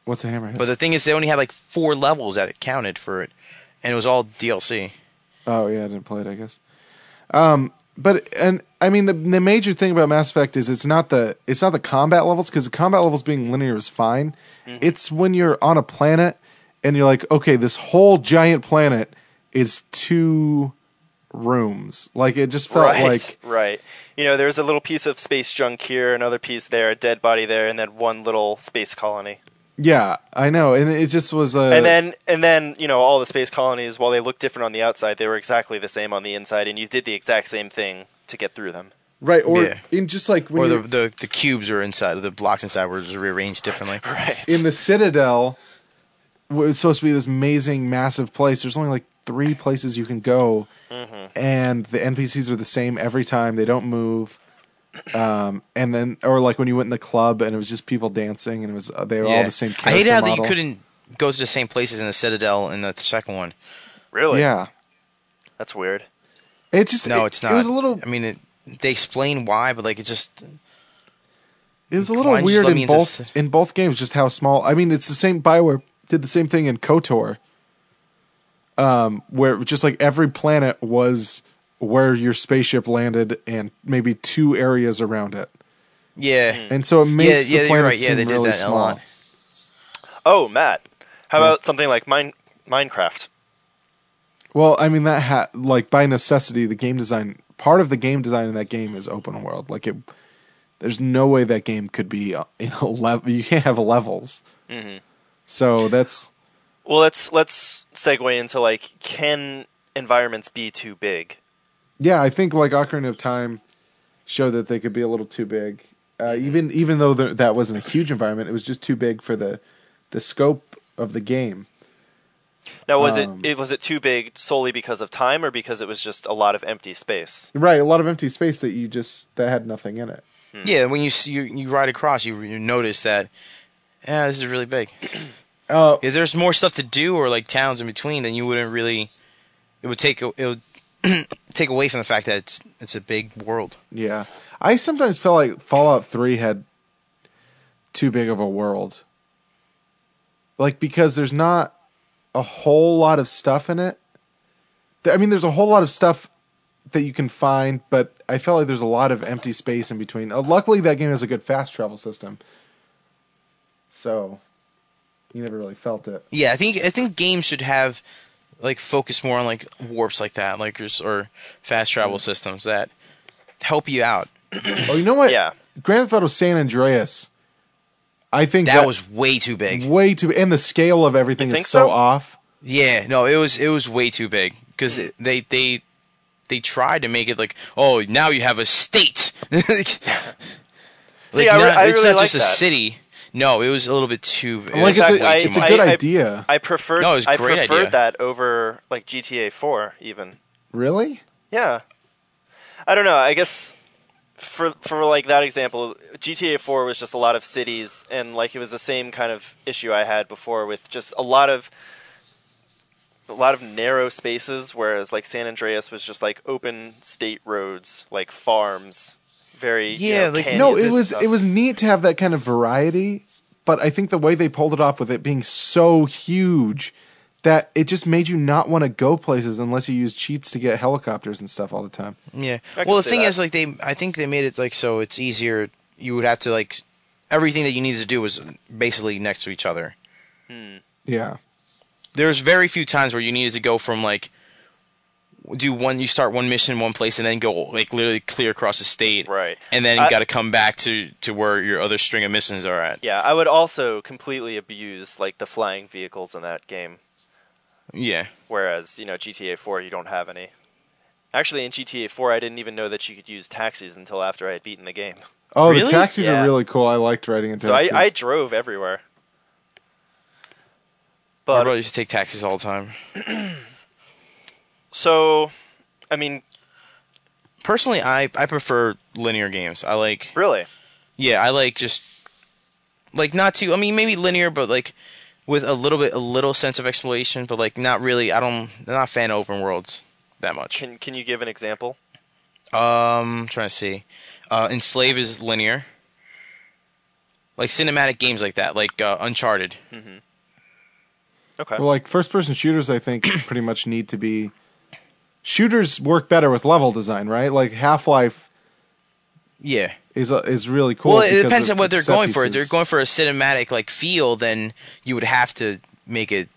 What's a hammerhead? But the thing is, they only had like four levels that it counted for it, and it was all DLC. oh yeah, I didn't play it. I guess. Um, but and I mean the the major thing about Mass Effect is it's not the it's not the combat levels because the combat levels being linear is fine. Mm-hmm. It's when you're on a planet and you're like, okay, this whole giant planet is two rooms. Like it just felt right, like right. You know, there's a little piece of space junk here, another piece there, a dead body there, and then one little space colony. yeah, I know, and it just was a and then and then you know all the space colonies, while they look different on the outside, they were exactly the same on the inside, and you did the exact same thing to get through them. right or Yeah. in just like when Or the, you're- the the cubes were inside, the blocks inside were just rearranged differently. Right. in the Citadel was supposed to be this amazing, massive place. There's only like three places you can go, Mm-hmm. and the NPCs are the same every time. They don't move. Um, and then, or like when you went in the club and it was just people dancing, and it was they were all the same. I hated character how that model. you couldn't goes to the same places in the Citadel in the second one. Really? yeah. That's weird. It just No, it- it's not. It was a little. I mean, it, they explain why, but like it just It was a why little don't you just weird let me in into both s- in both games. Just how small. I mean, it's the same. Bioware did the same thing in Kotor, um, where it was just like every planet was where your spaceship landed, and maybe two areas around it, yeah. and so it makes yeah, the yeah, you're planet right. Yeah, seem they did really that a small. lot. Oh, Matt, how about something like mine, Minecraft? Well, I mean that ha- like by necessity, the game design part of the game design in that game is open world. Like it, there's no way that game could be uh, in a level. You can't have levels. Mm-hmm. So that's Well, let's let's segue into like can environments be too big? yeah. I think like Ocarina of Time showed that they could be a little too big. Uh, even even though there, that wasn't a huge environment, it was just too big for the the scope of the game. Now, was Um, it it was it too big solely because of time, or because it was just a lot of empty space? Right, a lot of empty space that you just that had nothing in it. Yeah, when you s- you you ride across, you you notice that. Yeah, this is really big. Uh, If there's more stuff to do or like towns in between, then you wouldn't really. It would take a- it would take away from the fact that it's it's a big world. Yeah. I sometimes felt like Fallout 3 had too big of a world. Like, because there's not a whole lot of stuff in it. There- I mean, there's a whole lot of stuff that you can find, but I felt like there's a lot of empty space in between. Uh, luckily, that game has a good fast travel system. So, you never really felt it. Yeah, I think I think games should have like focus more on like warps like that, like or, s- or fast travel systems that help you out. Oh, you know what? Yeah. Grand Theft Auto San Andreas. I think That was way too big. way too, and the scale of everything is think so so? off. Yeah, no, it was it was way too big because Mm. they they they tried to make it like oh now you have a state. like, I re- not- I it's really not just like a that. city. No, it was a little bit too. it Like was it's Exactly. a, way it's a too much. good I- I- idea. I preferred No, it was a I great preferred idea. that over like GTA Four even. really? Yeah. I don't know. I guess for for like that example, GTA 4 was just a lot of cities and like it was the same kind of issue I had before with just a lot of a lot of narrow spaces whereas like San Andreas was just like open state roads, like farms, very you Yeah, know, like- canyon No, and it was stuff. it was neat to have that kind of variety, but I think the way they pulled it off with it being so huge that it just made you not want to go places unless you use cheats to get helicopters and stuff all the time. Yeah. I Well, can the see thing that. is, like they, I think they made it like so it's easier. You would have to like everything that you needed to do was basically next to each other. Yeah. There's very few times where you needed to go from like do one you start one mission in one place and then go like literally clear across the state Right. and then you I- got to come back to to where your other string of missions are at Yeah, I would also completely abuse like the flying vehicles in that game. yeah whereas you know GTA 4 you don't have any. Actually, in GTA 4 I didn't even know that you could use taxis until after I had beaten the game. Oh, the Really? taxis Yeah. are really cool. I liked riding in So I, taxis. I drove everywhere. my But brother used to take taxis all the time so, I mean, personally i i prefer linear games i like really, Yeah, I like just like not too. I mean, maybe linear, but like with a little bit, a little sense of exploration, but like not really. I don't. I'm not a fan of open worlds that much. can can you give an example? Um, trying to see. Uh, Enslave is linear. Like cinematic games like that, like uh, Uncharted. Okay. well, like first person shooters I think pretty much need to be shooters work better with level design, right? Like Half-Life Yeah. is uh, is really cool. Well, it because depends of on what its they're set going for. If pieces. they're going for a cinematic like feel, then you would have to make it.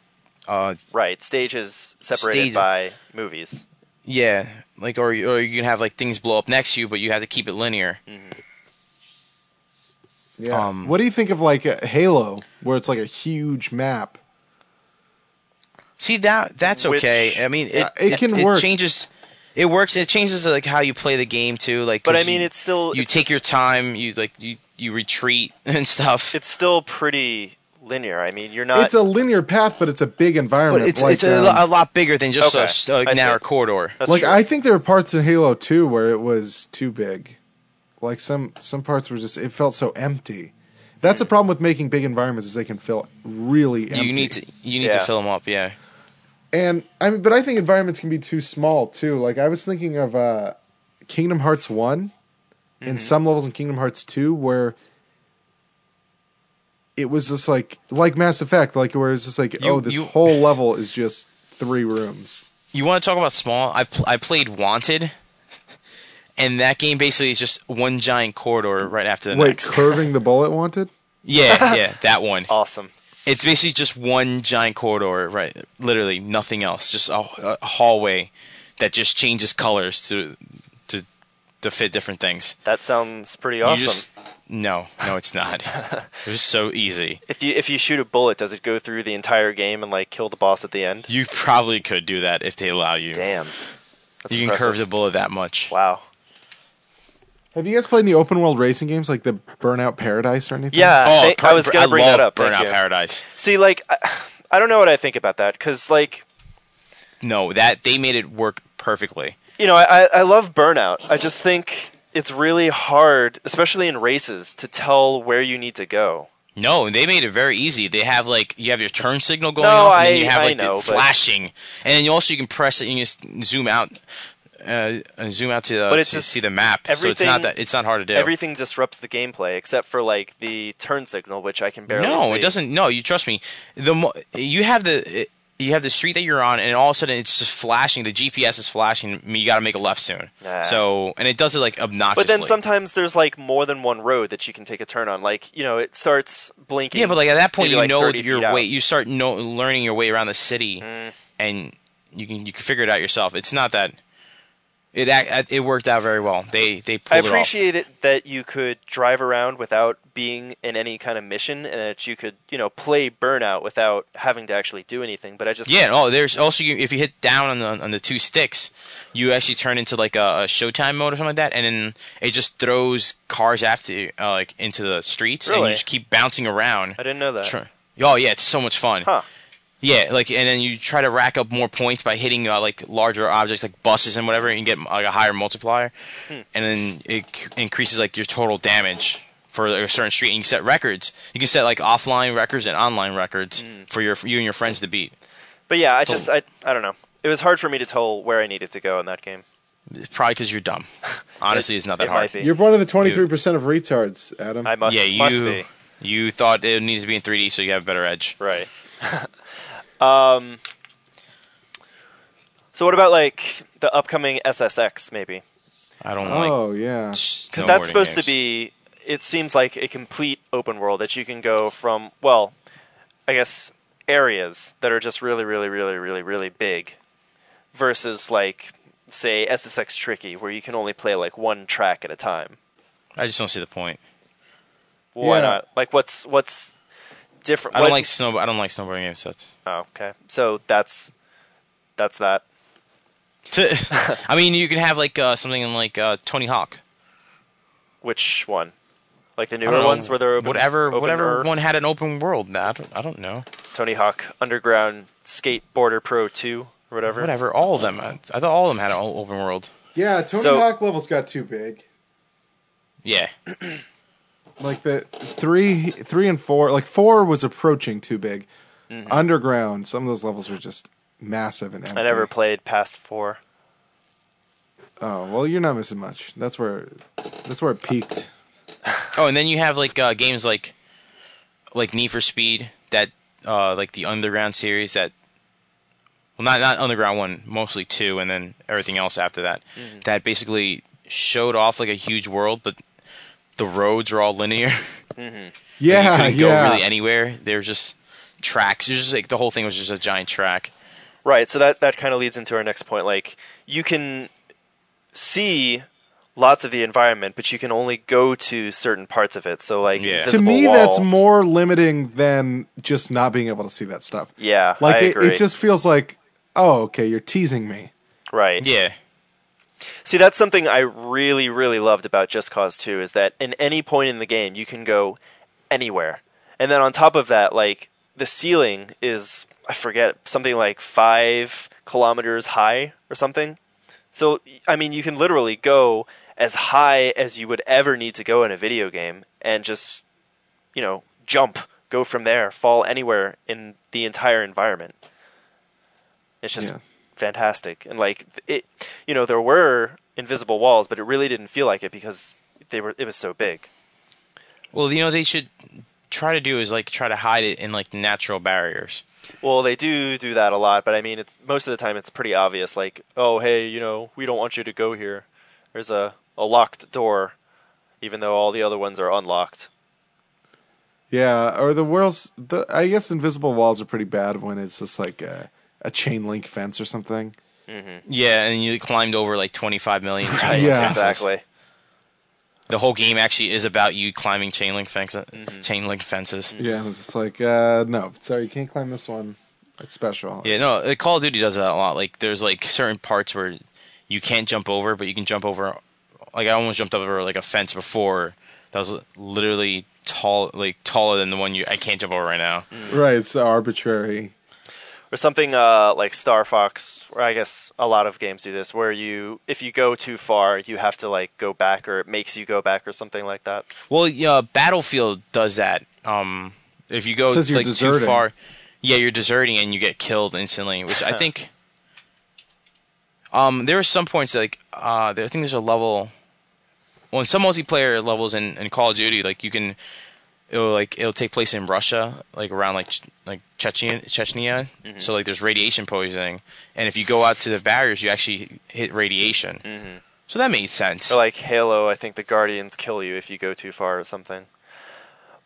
Uh, right, stages separated Stage- by movies. yeah, like or or you can have like things blow up next to you, but you have to keep it linear. Yeah. Um, what do you think of like a Halo, where it's like a huge map? See that that's Which- okay. I mean, it, Yeah, it can it, work. changes. It works. It changes like how you play the game too. Like, But I 'cause mean, you, it's still you it's, take your time. You like you you retreat and stuff. It's still pretty linear. I mean, you're not. it's a linear path, but it's a big environment. Uh, but it's like, it's a, um, lo- a lot bigger than just Okay, a s- a, I see. narrow corridor. that's like true. I think there are parts in Halo 2 where it was too big. Like some some parts were just it felt so empty. That's the problem with making big environments is they can feel really empty. Mm. You need to you need to Yeah. fill them up. Yeah. And I mean, but I think environments can be too small too. Like I was thinking of uh, Kingdom Hearts one, Mm-hmm. and some levels in Kingdom Hearts two where it was just like like Mass Effect, like where it's just like You- oh, this you- whole level is just three rooms. You want to talk about small? I pl- I played Wanted, and that game basically is just one giant corridor right after the Wait, next. curving the bullet wanted? Yeah, yeah, that one. Awesome. It's basically just one giant corridor, right? Literally nothing else. Just a, a hallway that just changes colors to to to fit different things. That sounds pretty awesome. You just no, no, it's not. it was so easy. If you if you shoot a bullet, does it go through the entire game and like kill the boss at the end? You probably could do that if they allow you. Damn. That's you can impressive. curve the bullet that much. Wow. Have you guys played any open world racing games like the Burnout Paradise or anything? Yeah, Oh, they- per- I was per- gonna bring love that up. thank Burnout you. Paradise. See, like, I, I don't know what I think about that because, like, No, that they made it work perfectly. you know, I, I- I love burnout. I just think it's really hard, especially in races, to tell where you need to go. No, they made it very easy. They have like you have your turn signal going No, off, and then I- you have I like the know, but- flashing, and then you also you can press it and you can zoom out, uh, and zoom out to, uh, But it's to just see the map. So it's not everything- that it's not hard to do. Everything disrupts the gameplay except for like the turn signal, which I can barely. no, it see. doesn't. No, you trust me. The mo- you have the you have the street that you're on, and all of a sudden it's just flashing. The GPS is flashing. I mean, You got to make a left soon. Nah. So and it does it like obnoxiously. But then sometimes there's like more than one road that you can take a turn on. Like you know, it starts blinking. Yeah, but like at that point, maybe, you like, know 30 feet your out. Hmm. way. You start know, learning your way around the city, and you can you can figure it out yourself. It's not that it ac- it worked out very well. They they I pulled appreciate it that you could drive around without being in any kind of mission, and that you could, you know, play Burnout without having to actually do anything. But I just it off. Yeah. Oh, there's also you, if you hit down on the on the two sticks, you actually turn into like a, a Showtime mode or something like that, and then it just throws cars after you uh, like into the streets, and Really? you just keep bouncing around. I didn't know that. Tr- Oh yeah, it's so much fun. Huh? Yeah, like and then you try to rack up more points by hitting uh, like larger objects like buses and whatever, and you get like a higher multiplier, Hmm. and then it c- increases like your total damage for like, a certain street. And you can set records. You can set like offline records and online records Hmm. for your for you and your friends to beat. But yeah, I just I I don't know. It was hard for me to tell where I needed to go in that game. It's probably because you're dumb. Honestly, it's not that it hard. might be. You're one of the 23% of retards, Adam. I must yeah, you must be you thought it needed to be in 3D, so you have a better edge. right. um. So what about like the upcoming SSX maybe? I don't like oh, yeah. because because that's supposed to be it seems like a complete open world that you can go from well i guess areas that are just really really really really really big versus like say ssx tricky where you can only play like one track at a time I just don't see the point. well, why Yeah. not like what's what's different I don't what- like snow. I don't like snowboarding games. That's oh, okay so that's that's that To- I mean, you can have like uh, something in like uh, Tony Hawk. which one like the I newer don't know, ones where they're open, Um, whatever open whatever or- one had an open world. Nah, I don't, I don't know. tony hawk underground skateboarder pro 2 or whatever Whatever, all of them. I, I thought all of them had an o- open world. Yeah, Tony So- Hawk levels got too big. Yeah, Like the three, three and four, like four was approaching too big. Underground, some of those levels were just massive and empty. Mm-hmm. i never played past 4 Oh well, you're not missing much. That's where, that's where it peaked. Oh, and then you have like uh, games like like Need for Speed that uh, like the Underground series that well not not Underground one mostly two and then everything else after that Mm-hmm. that basically showed off like a huge world but the roads were all linear. Yeah, you couldn't yeah. go really anywhere. They were just tracks. It was just like the whole thing was just a giant track. Right. So that that kind of leads into our next point. Like you can see lots of the environment, but you can only go to certain parts of it. So like Yeah. To to invisible me, that's walls. more limiting than just not being able to see that stuff. Yeah, I like it, agree. it just feels like, oh, okay, you're teasing me. right. Yeah. See, that's something I really really loved about Just Cause 2 is that in any point in the game you can go anywhere. And then on top of that, like the ceiling is I forget something like 5 kilometers high or something. So I mean, you can literally go as high as you would ever need to go in a video game and just you know, jump, go from there, fall anywhere in the entire environment. It's just Yeah. fantastic. And like it you know, there were invisible walls, but it really didn't feel like it because they were it was so big. Well, you know what they should try to do is like try to hide it in like natural barriers. Well, they do do that a lot, but I mean, it's most of the time it's pretty obvious. Like, oh, hey, you know, we don't want you to go here. There's a, a locked door, even though all the other ones are unlocked. Yeah, or the world's. The, I guess invisible walls are pretty bad when it's just like a, a chain link fence or something. Yeah, and you climbed over like 25 million. chain Right, link Yeah. fences. exactly. The whole game actually is about you climbing chain link fences. Chain link fences. Yeah, and it's just like uh, no, sorry, you can't climb this one. It's special. Yeah, no, uh, Call of Duty does that a lot. Like, there's like certain parts where you can't jump over, but you can jump over. Like, I almost jumped over like a fence before that was literally tall, like taller than the one you I can't jump over right now. Right, it's arbitrary. Or something uh, like Star Fox, or I guess a lot of games do this, where you, if you go too far, you have to like go back, or it makes you go back, or something like that. Well, yeah, Battlefield does that. Um, if you go Says you're like too deserting. far, yeah, you're deserting and you get killed instantly, which I think. Um, there are some points like uh, there, I think there's a level. Well, in some multiplayer levels in, in Call of Duty, like you can, it'll like it'll take place in Russia, like around like Ch- like Chechen Chechnya. So like there's radiation poisoning, and if you go out to the barriers, you actually hit radiation. So that made sense. Or like Halo, I think the Guardians kill you if you go too far or something.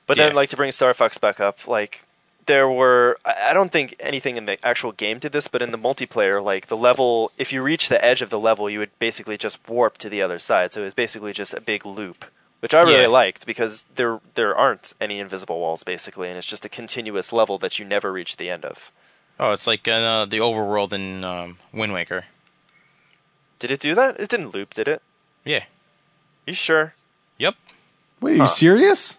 But then, Yeah. like to bring Star Fox back up, like there were. I I don't think anything in the actual game did this, but in the multiplayer, like the level, if you reach the edge of the level, you would basically just warp to the other side. So it was basically just a big loop, which I really Yeah. liked because there there aren't any invisible walls basically, and it's just a continuous level that you never reach the end of. Oh, it's like uh, the overworld in um, Wind Waker. Did it do that? It didn't loop, did it? Yeah. You sure? Yep. Wait, are you serious?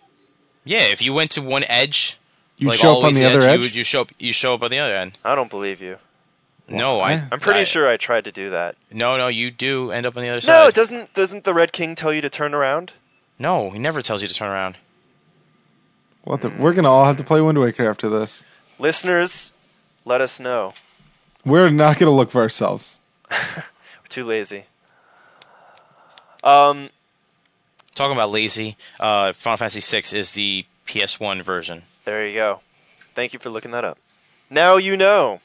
Yeah. If you went to one edge, You like, show all up on the way to other edge, edge. You, you show up. You show up on the other end. I don't believe you. No, I. Yeah. I'm pretty I- sure I tried to do that. No, no, you do end up on the other side. No, doesn't doesn't the Red King tell you to turn around? No, he never tells you to turn around. What the, we're gonna all have to play Wind Waker after this. Listeners, let us know. We're not gonna look for ourselves. We're too lazy. Um, Talking about lazy. Uh, Final Fantasy VI is the PS1 version. there you go. Thank you for looking that up. Now you know.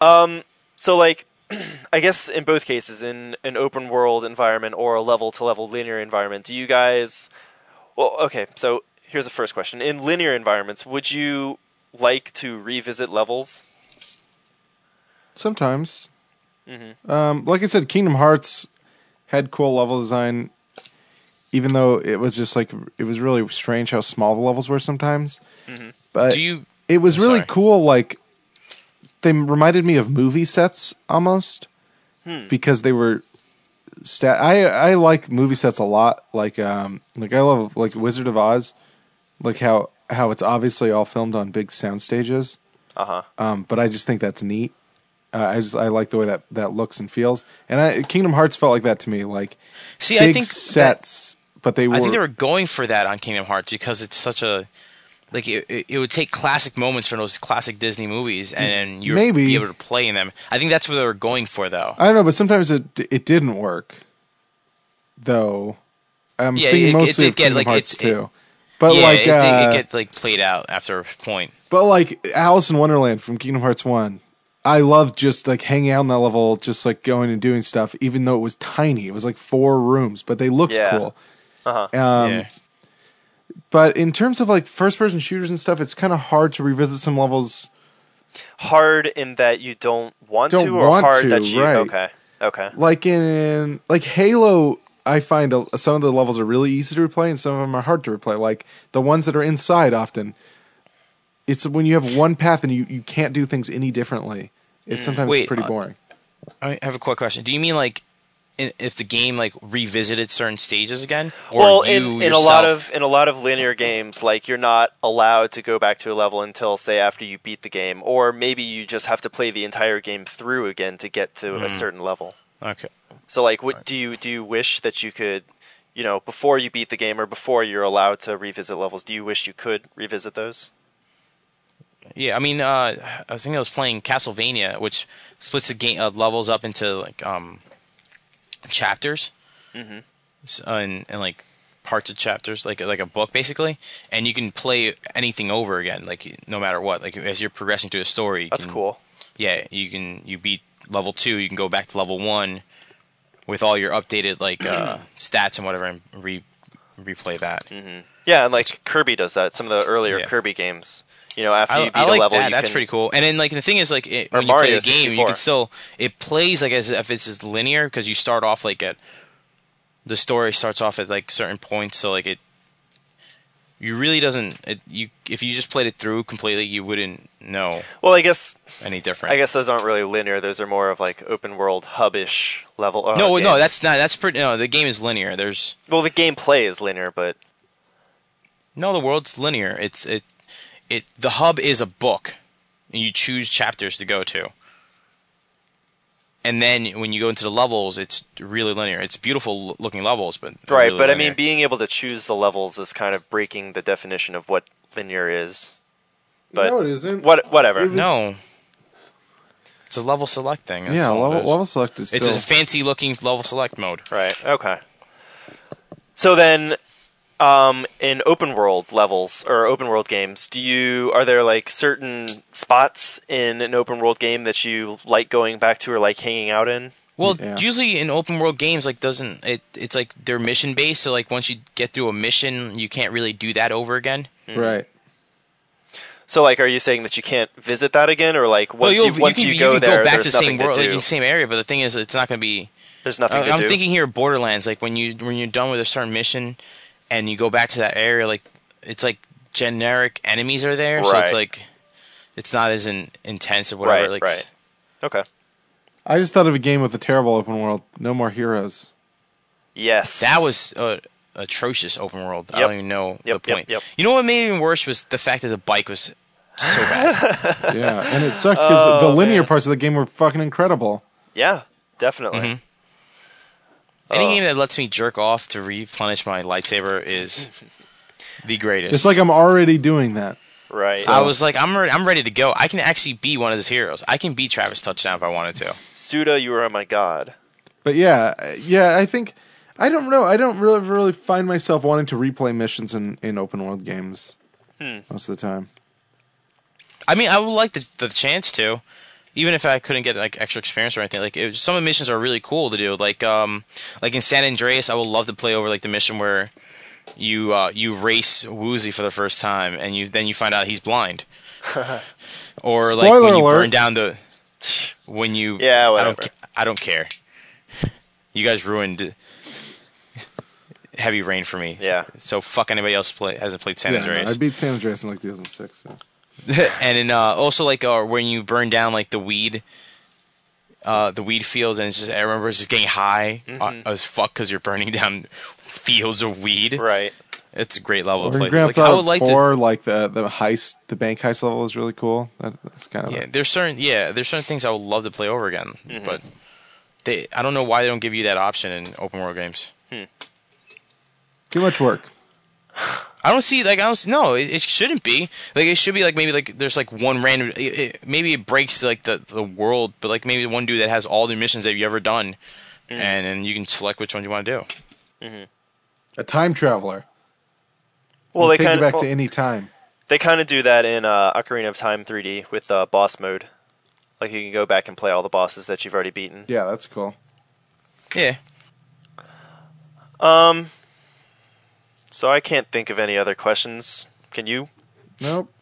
Um, so like, I guess in both cases, in an open world environment or a level to level linear environment, do you guys? Well, okay. So here's the first question: In linear environments, would you like to revisit levels? Sometimes, Mm-hmm. um, like I said, Kingdom Hearts had cool level design, even though it was just like it was really strange how small the levels were sometimes. But Mm-hmm. Do you? it was really sorry. cool. Like they reminded me of movie sets almost Hmm. because they were. Stat. I I like movie sets a lot. Like um like I love like Wizard of Oz, like how how it's obviously all filmed on big sound stages. Uh huh. Um, but I just think that's neat. Uh, I just I like the way that that looks and feels. And I, Kingdom Hearts felt like that to me. Like See, big I think that- sets, but they were. I think they were going for that on Kingdom Hearts because it's such a like it, it, it would take classic moments from those classic Disney movies and then you would Maybe. be able to play in them. I think that's what they were going for though. I don't know, but sometimes it it didn't work. Though, I'm Yeah, thinking it- it mostly did of get, Kingdom like, Hearts it's- it- too. but yeah, like, it, uh, it gets like played out after a point. but like Alice in Wonderland from Kingdom Hearts One. I loved just like hanging out on that level, just like going and doing stuff, even though it was tiny. It was like four rooms, but they looked Yeah. cool. Uh-huh. Um, yeah. But in terms of like first person shooters and stuff, it's kind of hard to revisit some levels. hard in that you don't want Don't to, or want hard to, that you right. okay, okay, Like in like Halo, I find uh, some of the levels are really easy to replay, and some of them are hard to replay. Like the ones that are inside, often it's when you have one path and you you can't do things any differently. It's sometimes Wait, pretty uh, boring. I have a quick question. Do you mean like in, if the game like revisited certain stages again? Or well, in, you in a lot yourself- of in a lot of linear games, like you're not allowed to go back to a level until say after you beat the game, or maybe you just have to play the entire game through Hmm. again to get to a certain level. okay. So, like, what do you do? You wish that you could you know, before you beat the game or before you're allowed to revisit levels. Do you wish you could revisit those? Yeah, I mean, uh, I think I was playing Castlevania, which splits the game uh, levels up into like um, chapters, Mm-hmm. S- uh, and, and like parts of chapters, like like a book basically, and you can play anything over again, like no matter what. Like as you're progressing through a story, you That's can- cool. Yeah, you can you beat level two, you can go back to level one with all your updated like uh, stats and whatever, and re replay Mm-hmm. that. Yeah, and like Kirby does that. Some of the earlier Yeah. Kirby games, you know, after you I, beat I like a level, that. you That's can, pretty cool. And then like the thing is like it, Or when you play Mario the game, you 64. can still it plays like as if it's just linear because you start off like at the story starts off at like certain points, so like it you really doesn't it, you if you just played it through completely, you wouldn't know Well, I guess any different. I guess those aren't really linear. Those are more of like open world hubish level. uh, no, no, games. that's not that's pretty. No, the game is linear. There's well, the gameplay is linear, but No, the world's linear. It's it it the hub is a book, and you choose chapters to go to. And then when you go into the levels, it's really linear. It's beautiful l- looking levels, but they're right. really but I linear. mean, being able to choose the levels is kind of breaking the definition of what linear is. But no, it isn't. what, whatever. It was- no, it's a level select thing. That's Yeah, all it level, is. level select is still. It's a fancy looking level select mode. Right. Okay. So then, um, in open world levels or open world games, do you are there like certain spots in an open world game that you like going back to or like hanging out in? Well, Yeah. usually in open world games, like doesn't it? It's like they're mission based. So like once you get through a mission, you can't really do that over again. right. So like, are you saying that you can't visit that again, or like Well, once you'll- you once you, can, go can there, go back there's to the nothing same world, to like do? the same area. But the thing is, it's not going to be. there's nothing I- to I'm do. thinking here of Borderlands, like when you when you're done with a certain mission and you go back to that area, like it's like generic enemies are there, so Right. it's like it's not as in, intense or whatever. Right, like, right. okay. I just thought of a game with a terrible open world. No more heroes. Yes. That was a atrocious open world. I Yep. don't even know Yep, the yep, point. yep. You know what made it even worse was the fact that the bike was so bad. Yeah, and it sucked because the Oh, linear man. parts of the game were fucking incredible. yeah, definitely. Mhm. Any Oh. game that lets me jerk off to replenish my lightsaber is the greatest. It's like I'm already doing that. Right. I was like, I'm ready, I'm ready to go. I can actually be one of his heroes. I can be Travis Touchdown if I wanted to. Suda, you are my god. But yeah, uh, yeah, I think I don't know. I don't really really find myself wanting to replay missions in in open world games Hmm. most of the time. I mean, I would like the, the chance to, even if I couldn't get like extra experience or anything. Like it, some of the missions are really cool to do. Like um, like in San Andreas, I would love to play over like the mission where you uh you race Woozy for the first time, and you then you find out he's blind. or like Spoiler when you alert. burn down the when you Yeah, I whatever. don't ca- I don't care. You guys ruined heavy rain for me. Yeah. So fuck anybody else play hasn't played San Yeah, Andreas. I beat San Andreas in like 2006. So. and then uh, also like uh, when you burn down like the weed, uh, the weed fields, and it's just I remember it's just getting high uh, as fuck because you're burning down fields of weed. Right. It's a great level Or to play. in Grand Like, I would Theft like like to. 4, like the the heist, the bank heist level is really cool. That, that's kind of Yeah, a- there's certain yeah, there's certain things I would love to play over again, but they I don't know why they don't give you that option in open world games. too much work. I don't see like I don't see, no, it, it shouldn't be like it should be like maybe like there's like one random it, it, maybe it breaks like the the world, but like maybe one dude that has all the missions that you ever done, Mm. and then you can select which one you want to do. A time traveler. Well, they take kind you back of to any time. They kind of do that in uh, Ocarina of Time 3D with uh, boss mode. Like you can go back and play all the bosses that you've already beaten. Yeah, that's cool. Yeah, Um, so I can't think of any other questions. Can you? Nope,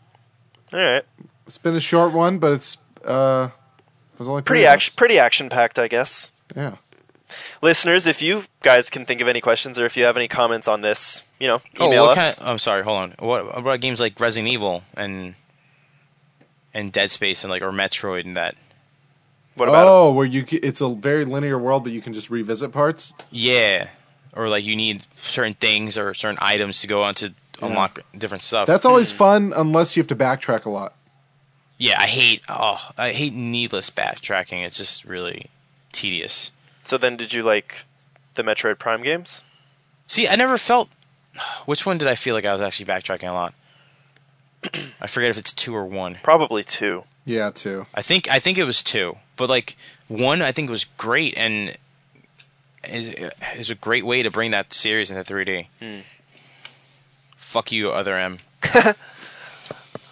All right. it's been a short one, but it's uh, it was only Pretty three of action, pretty action packed, I guess. us. Yeah, Listeners, if you guys can think of any questions or if you have any comments on this, you know, email oh, what us. Kind of, I'm sorry. Hold on. What what about games like Resident Evil and and Dead Space and like or Metroid and that? what about oh, where you c- it's a very linear world, but you can just revisit parts. Yeah, or like you need certain things or certain items to go on to unlock different stuff. That's always fun, unless you have to backtrack a lot. yeah. I hate oh I hate needless backtracking. It's just really tedious. So then, did you like the Metroid Prime games? See, I never felt. Which one did I feel like I was actually backtracking a lot? I forget if it's two or one. Probably two. Yeah, too. I think I think it was two, but like one, I think was great and is is a great way to bring that series into 3D. Hmm. Fuck you, other M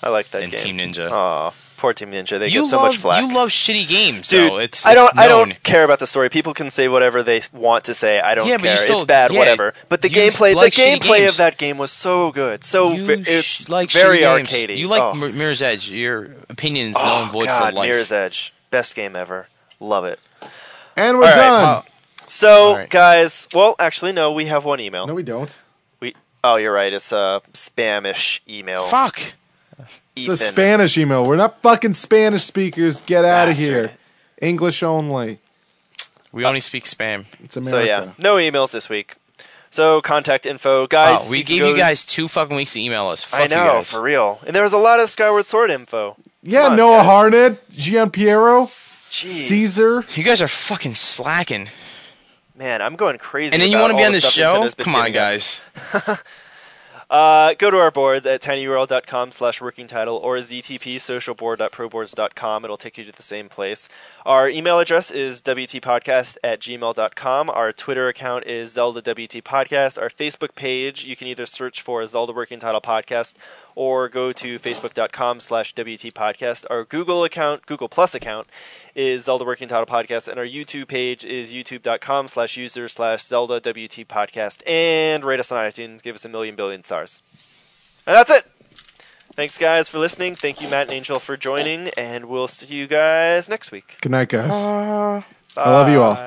I like that and game. Team Ninja. Aw, poor Team Ninja. They you get so love much flack. you love shitty games, Dude, though. It's, I don't. it's I known. don't care about the story. People can say whatever they want to say. I don't Yeah, but you care. still- it's bad, yeah, whatever. But the you gameplay, like the shitty gameplay games. of that game was so good. So You ve- sh- it's like very shitty games. arcadey. You like oh. Mir- Mirror's Edge. Your opinion is null oh, and void God, for life. Mirror's Edge, best game ever. Love it. And we're All right, done. well- So, All right. guys, well, actually, no, we have one email. no, we don't. We oh, you're right. It's a spamish email. Fuck. It's a Ethan. Spanish email. We're not fucking Spanish speakers. Get out of Bastard. here. English only. We only speak spam. It's So America. yeah, no emails this week. So contact info, guys. Wow, Ah, Oh, we can gave go- you guys two fucking weeks to email us. Fuck I you know guys. for real, and there was a lot of Skyward Sword info. yeah. Come on, Noah guys. Harned, Gian Piero, Jeez. Caesar. You guys are fucking slacking. Man, I'm going crazy. And then you want to be on this show? Nintendo's been Come on, giving us. guys. Uh, go to our boards at tinyurl.com slash working title or ztpsocialboard.proboards.com. It'll take you to the same place. Our email address is wtpodcast at gmail.com. Our Twitter account is zeldawtpodcast. Our Facebook page, you can either search for Zelda Working Title Podcast or go to facebook.com slash wtpodcast. Our Google account, Google Plus account, is Zelda Working Title Podcast, and our YouTube page is youtube.com slash user slash Zelda WT Podcast. And rate us on iTunes. Give us a million billion stars. And that's it. Thanks, guys, for listening. Thank you, Matt and Angel, for joining, and we'll see you guys next week. Good night, guys. I love you all.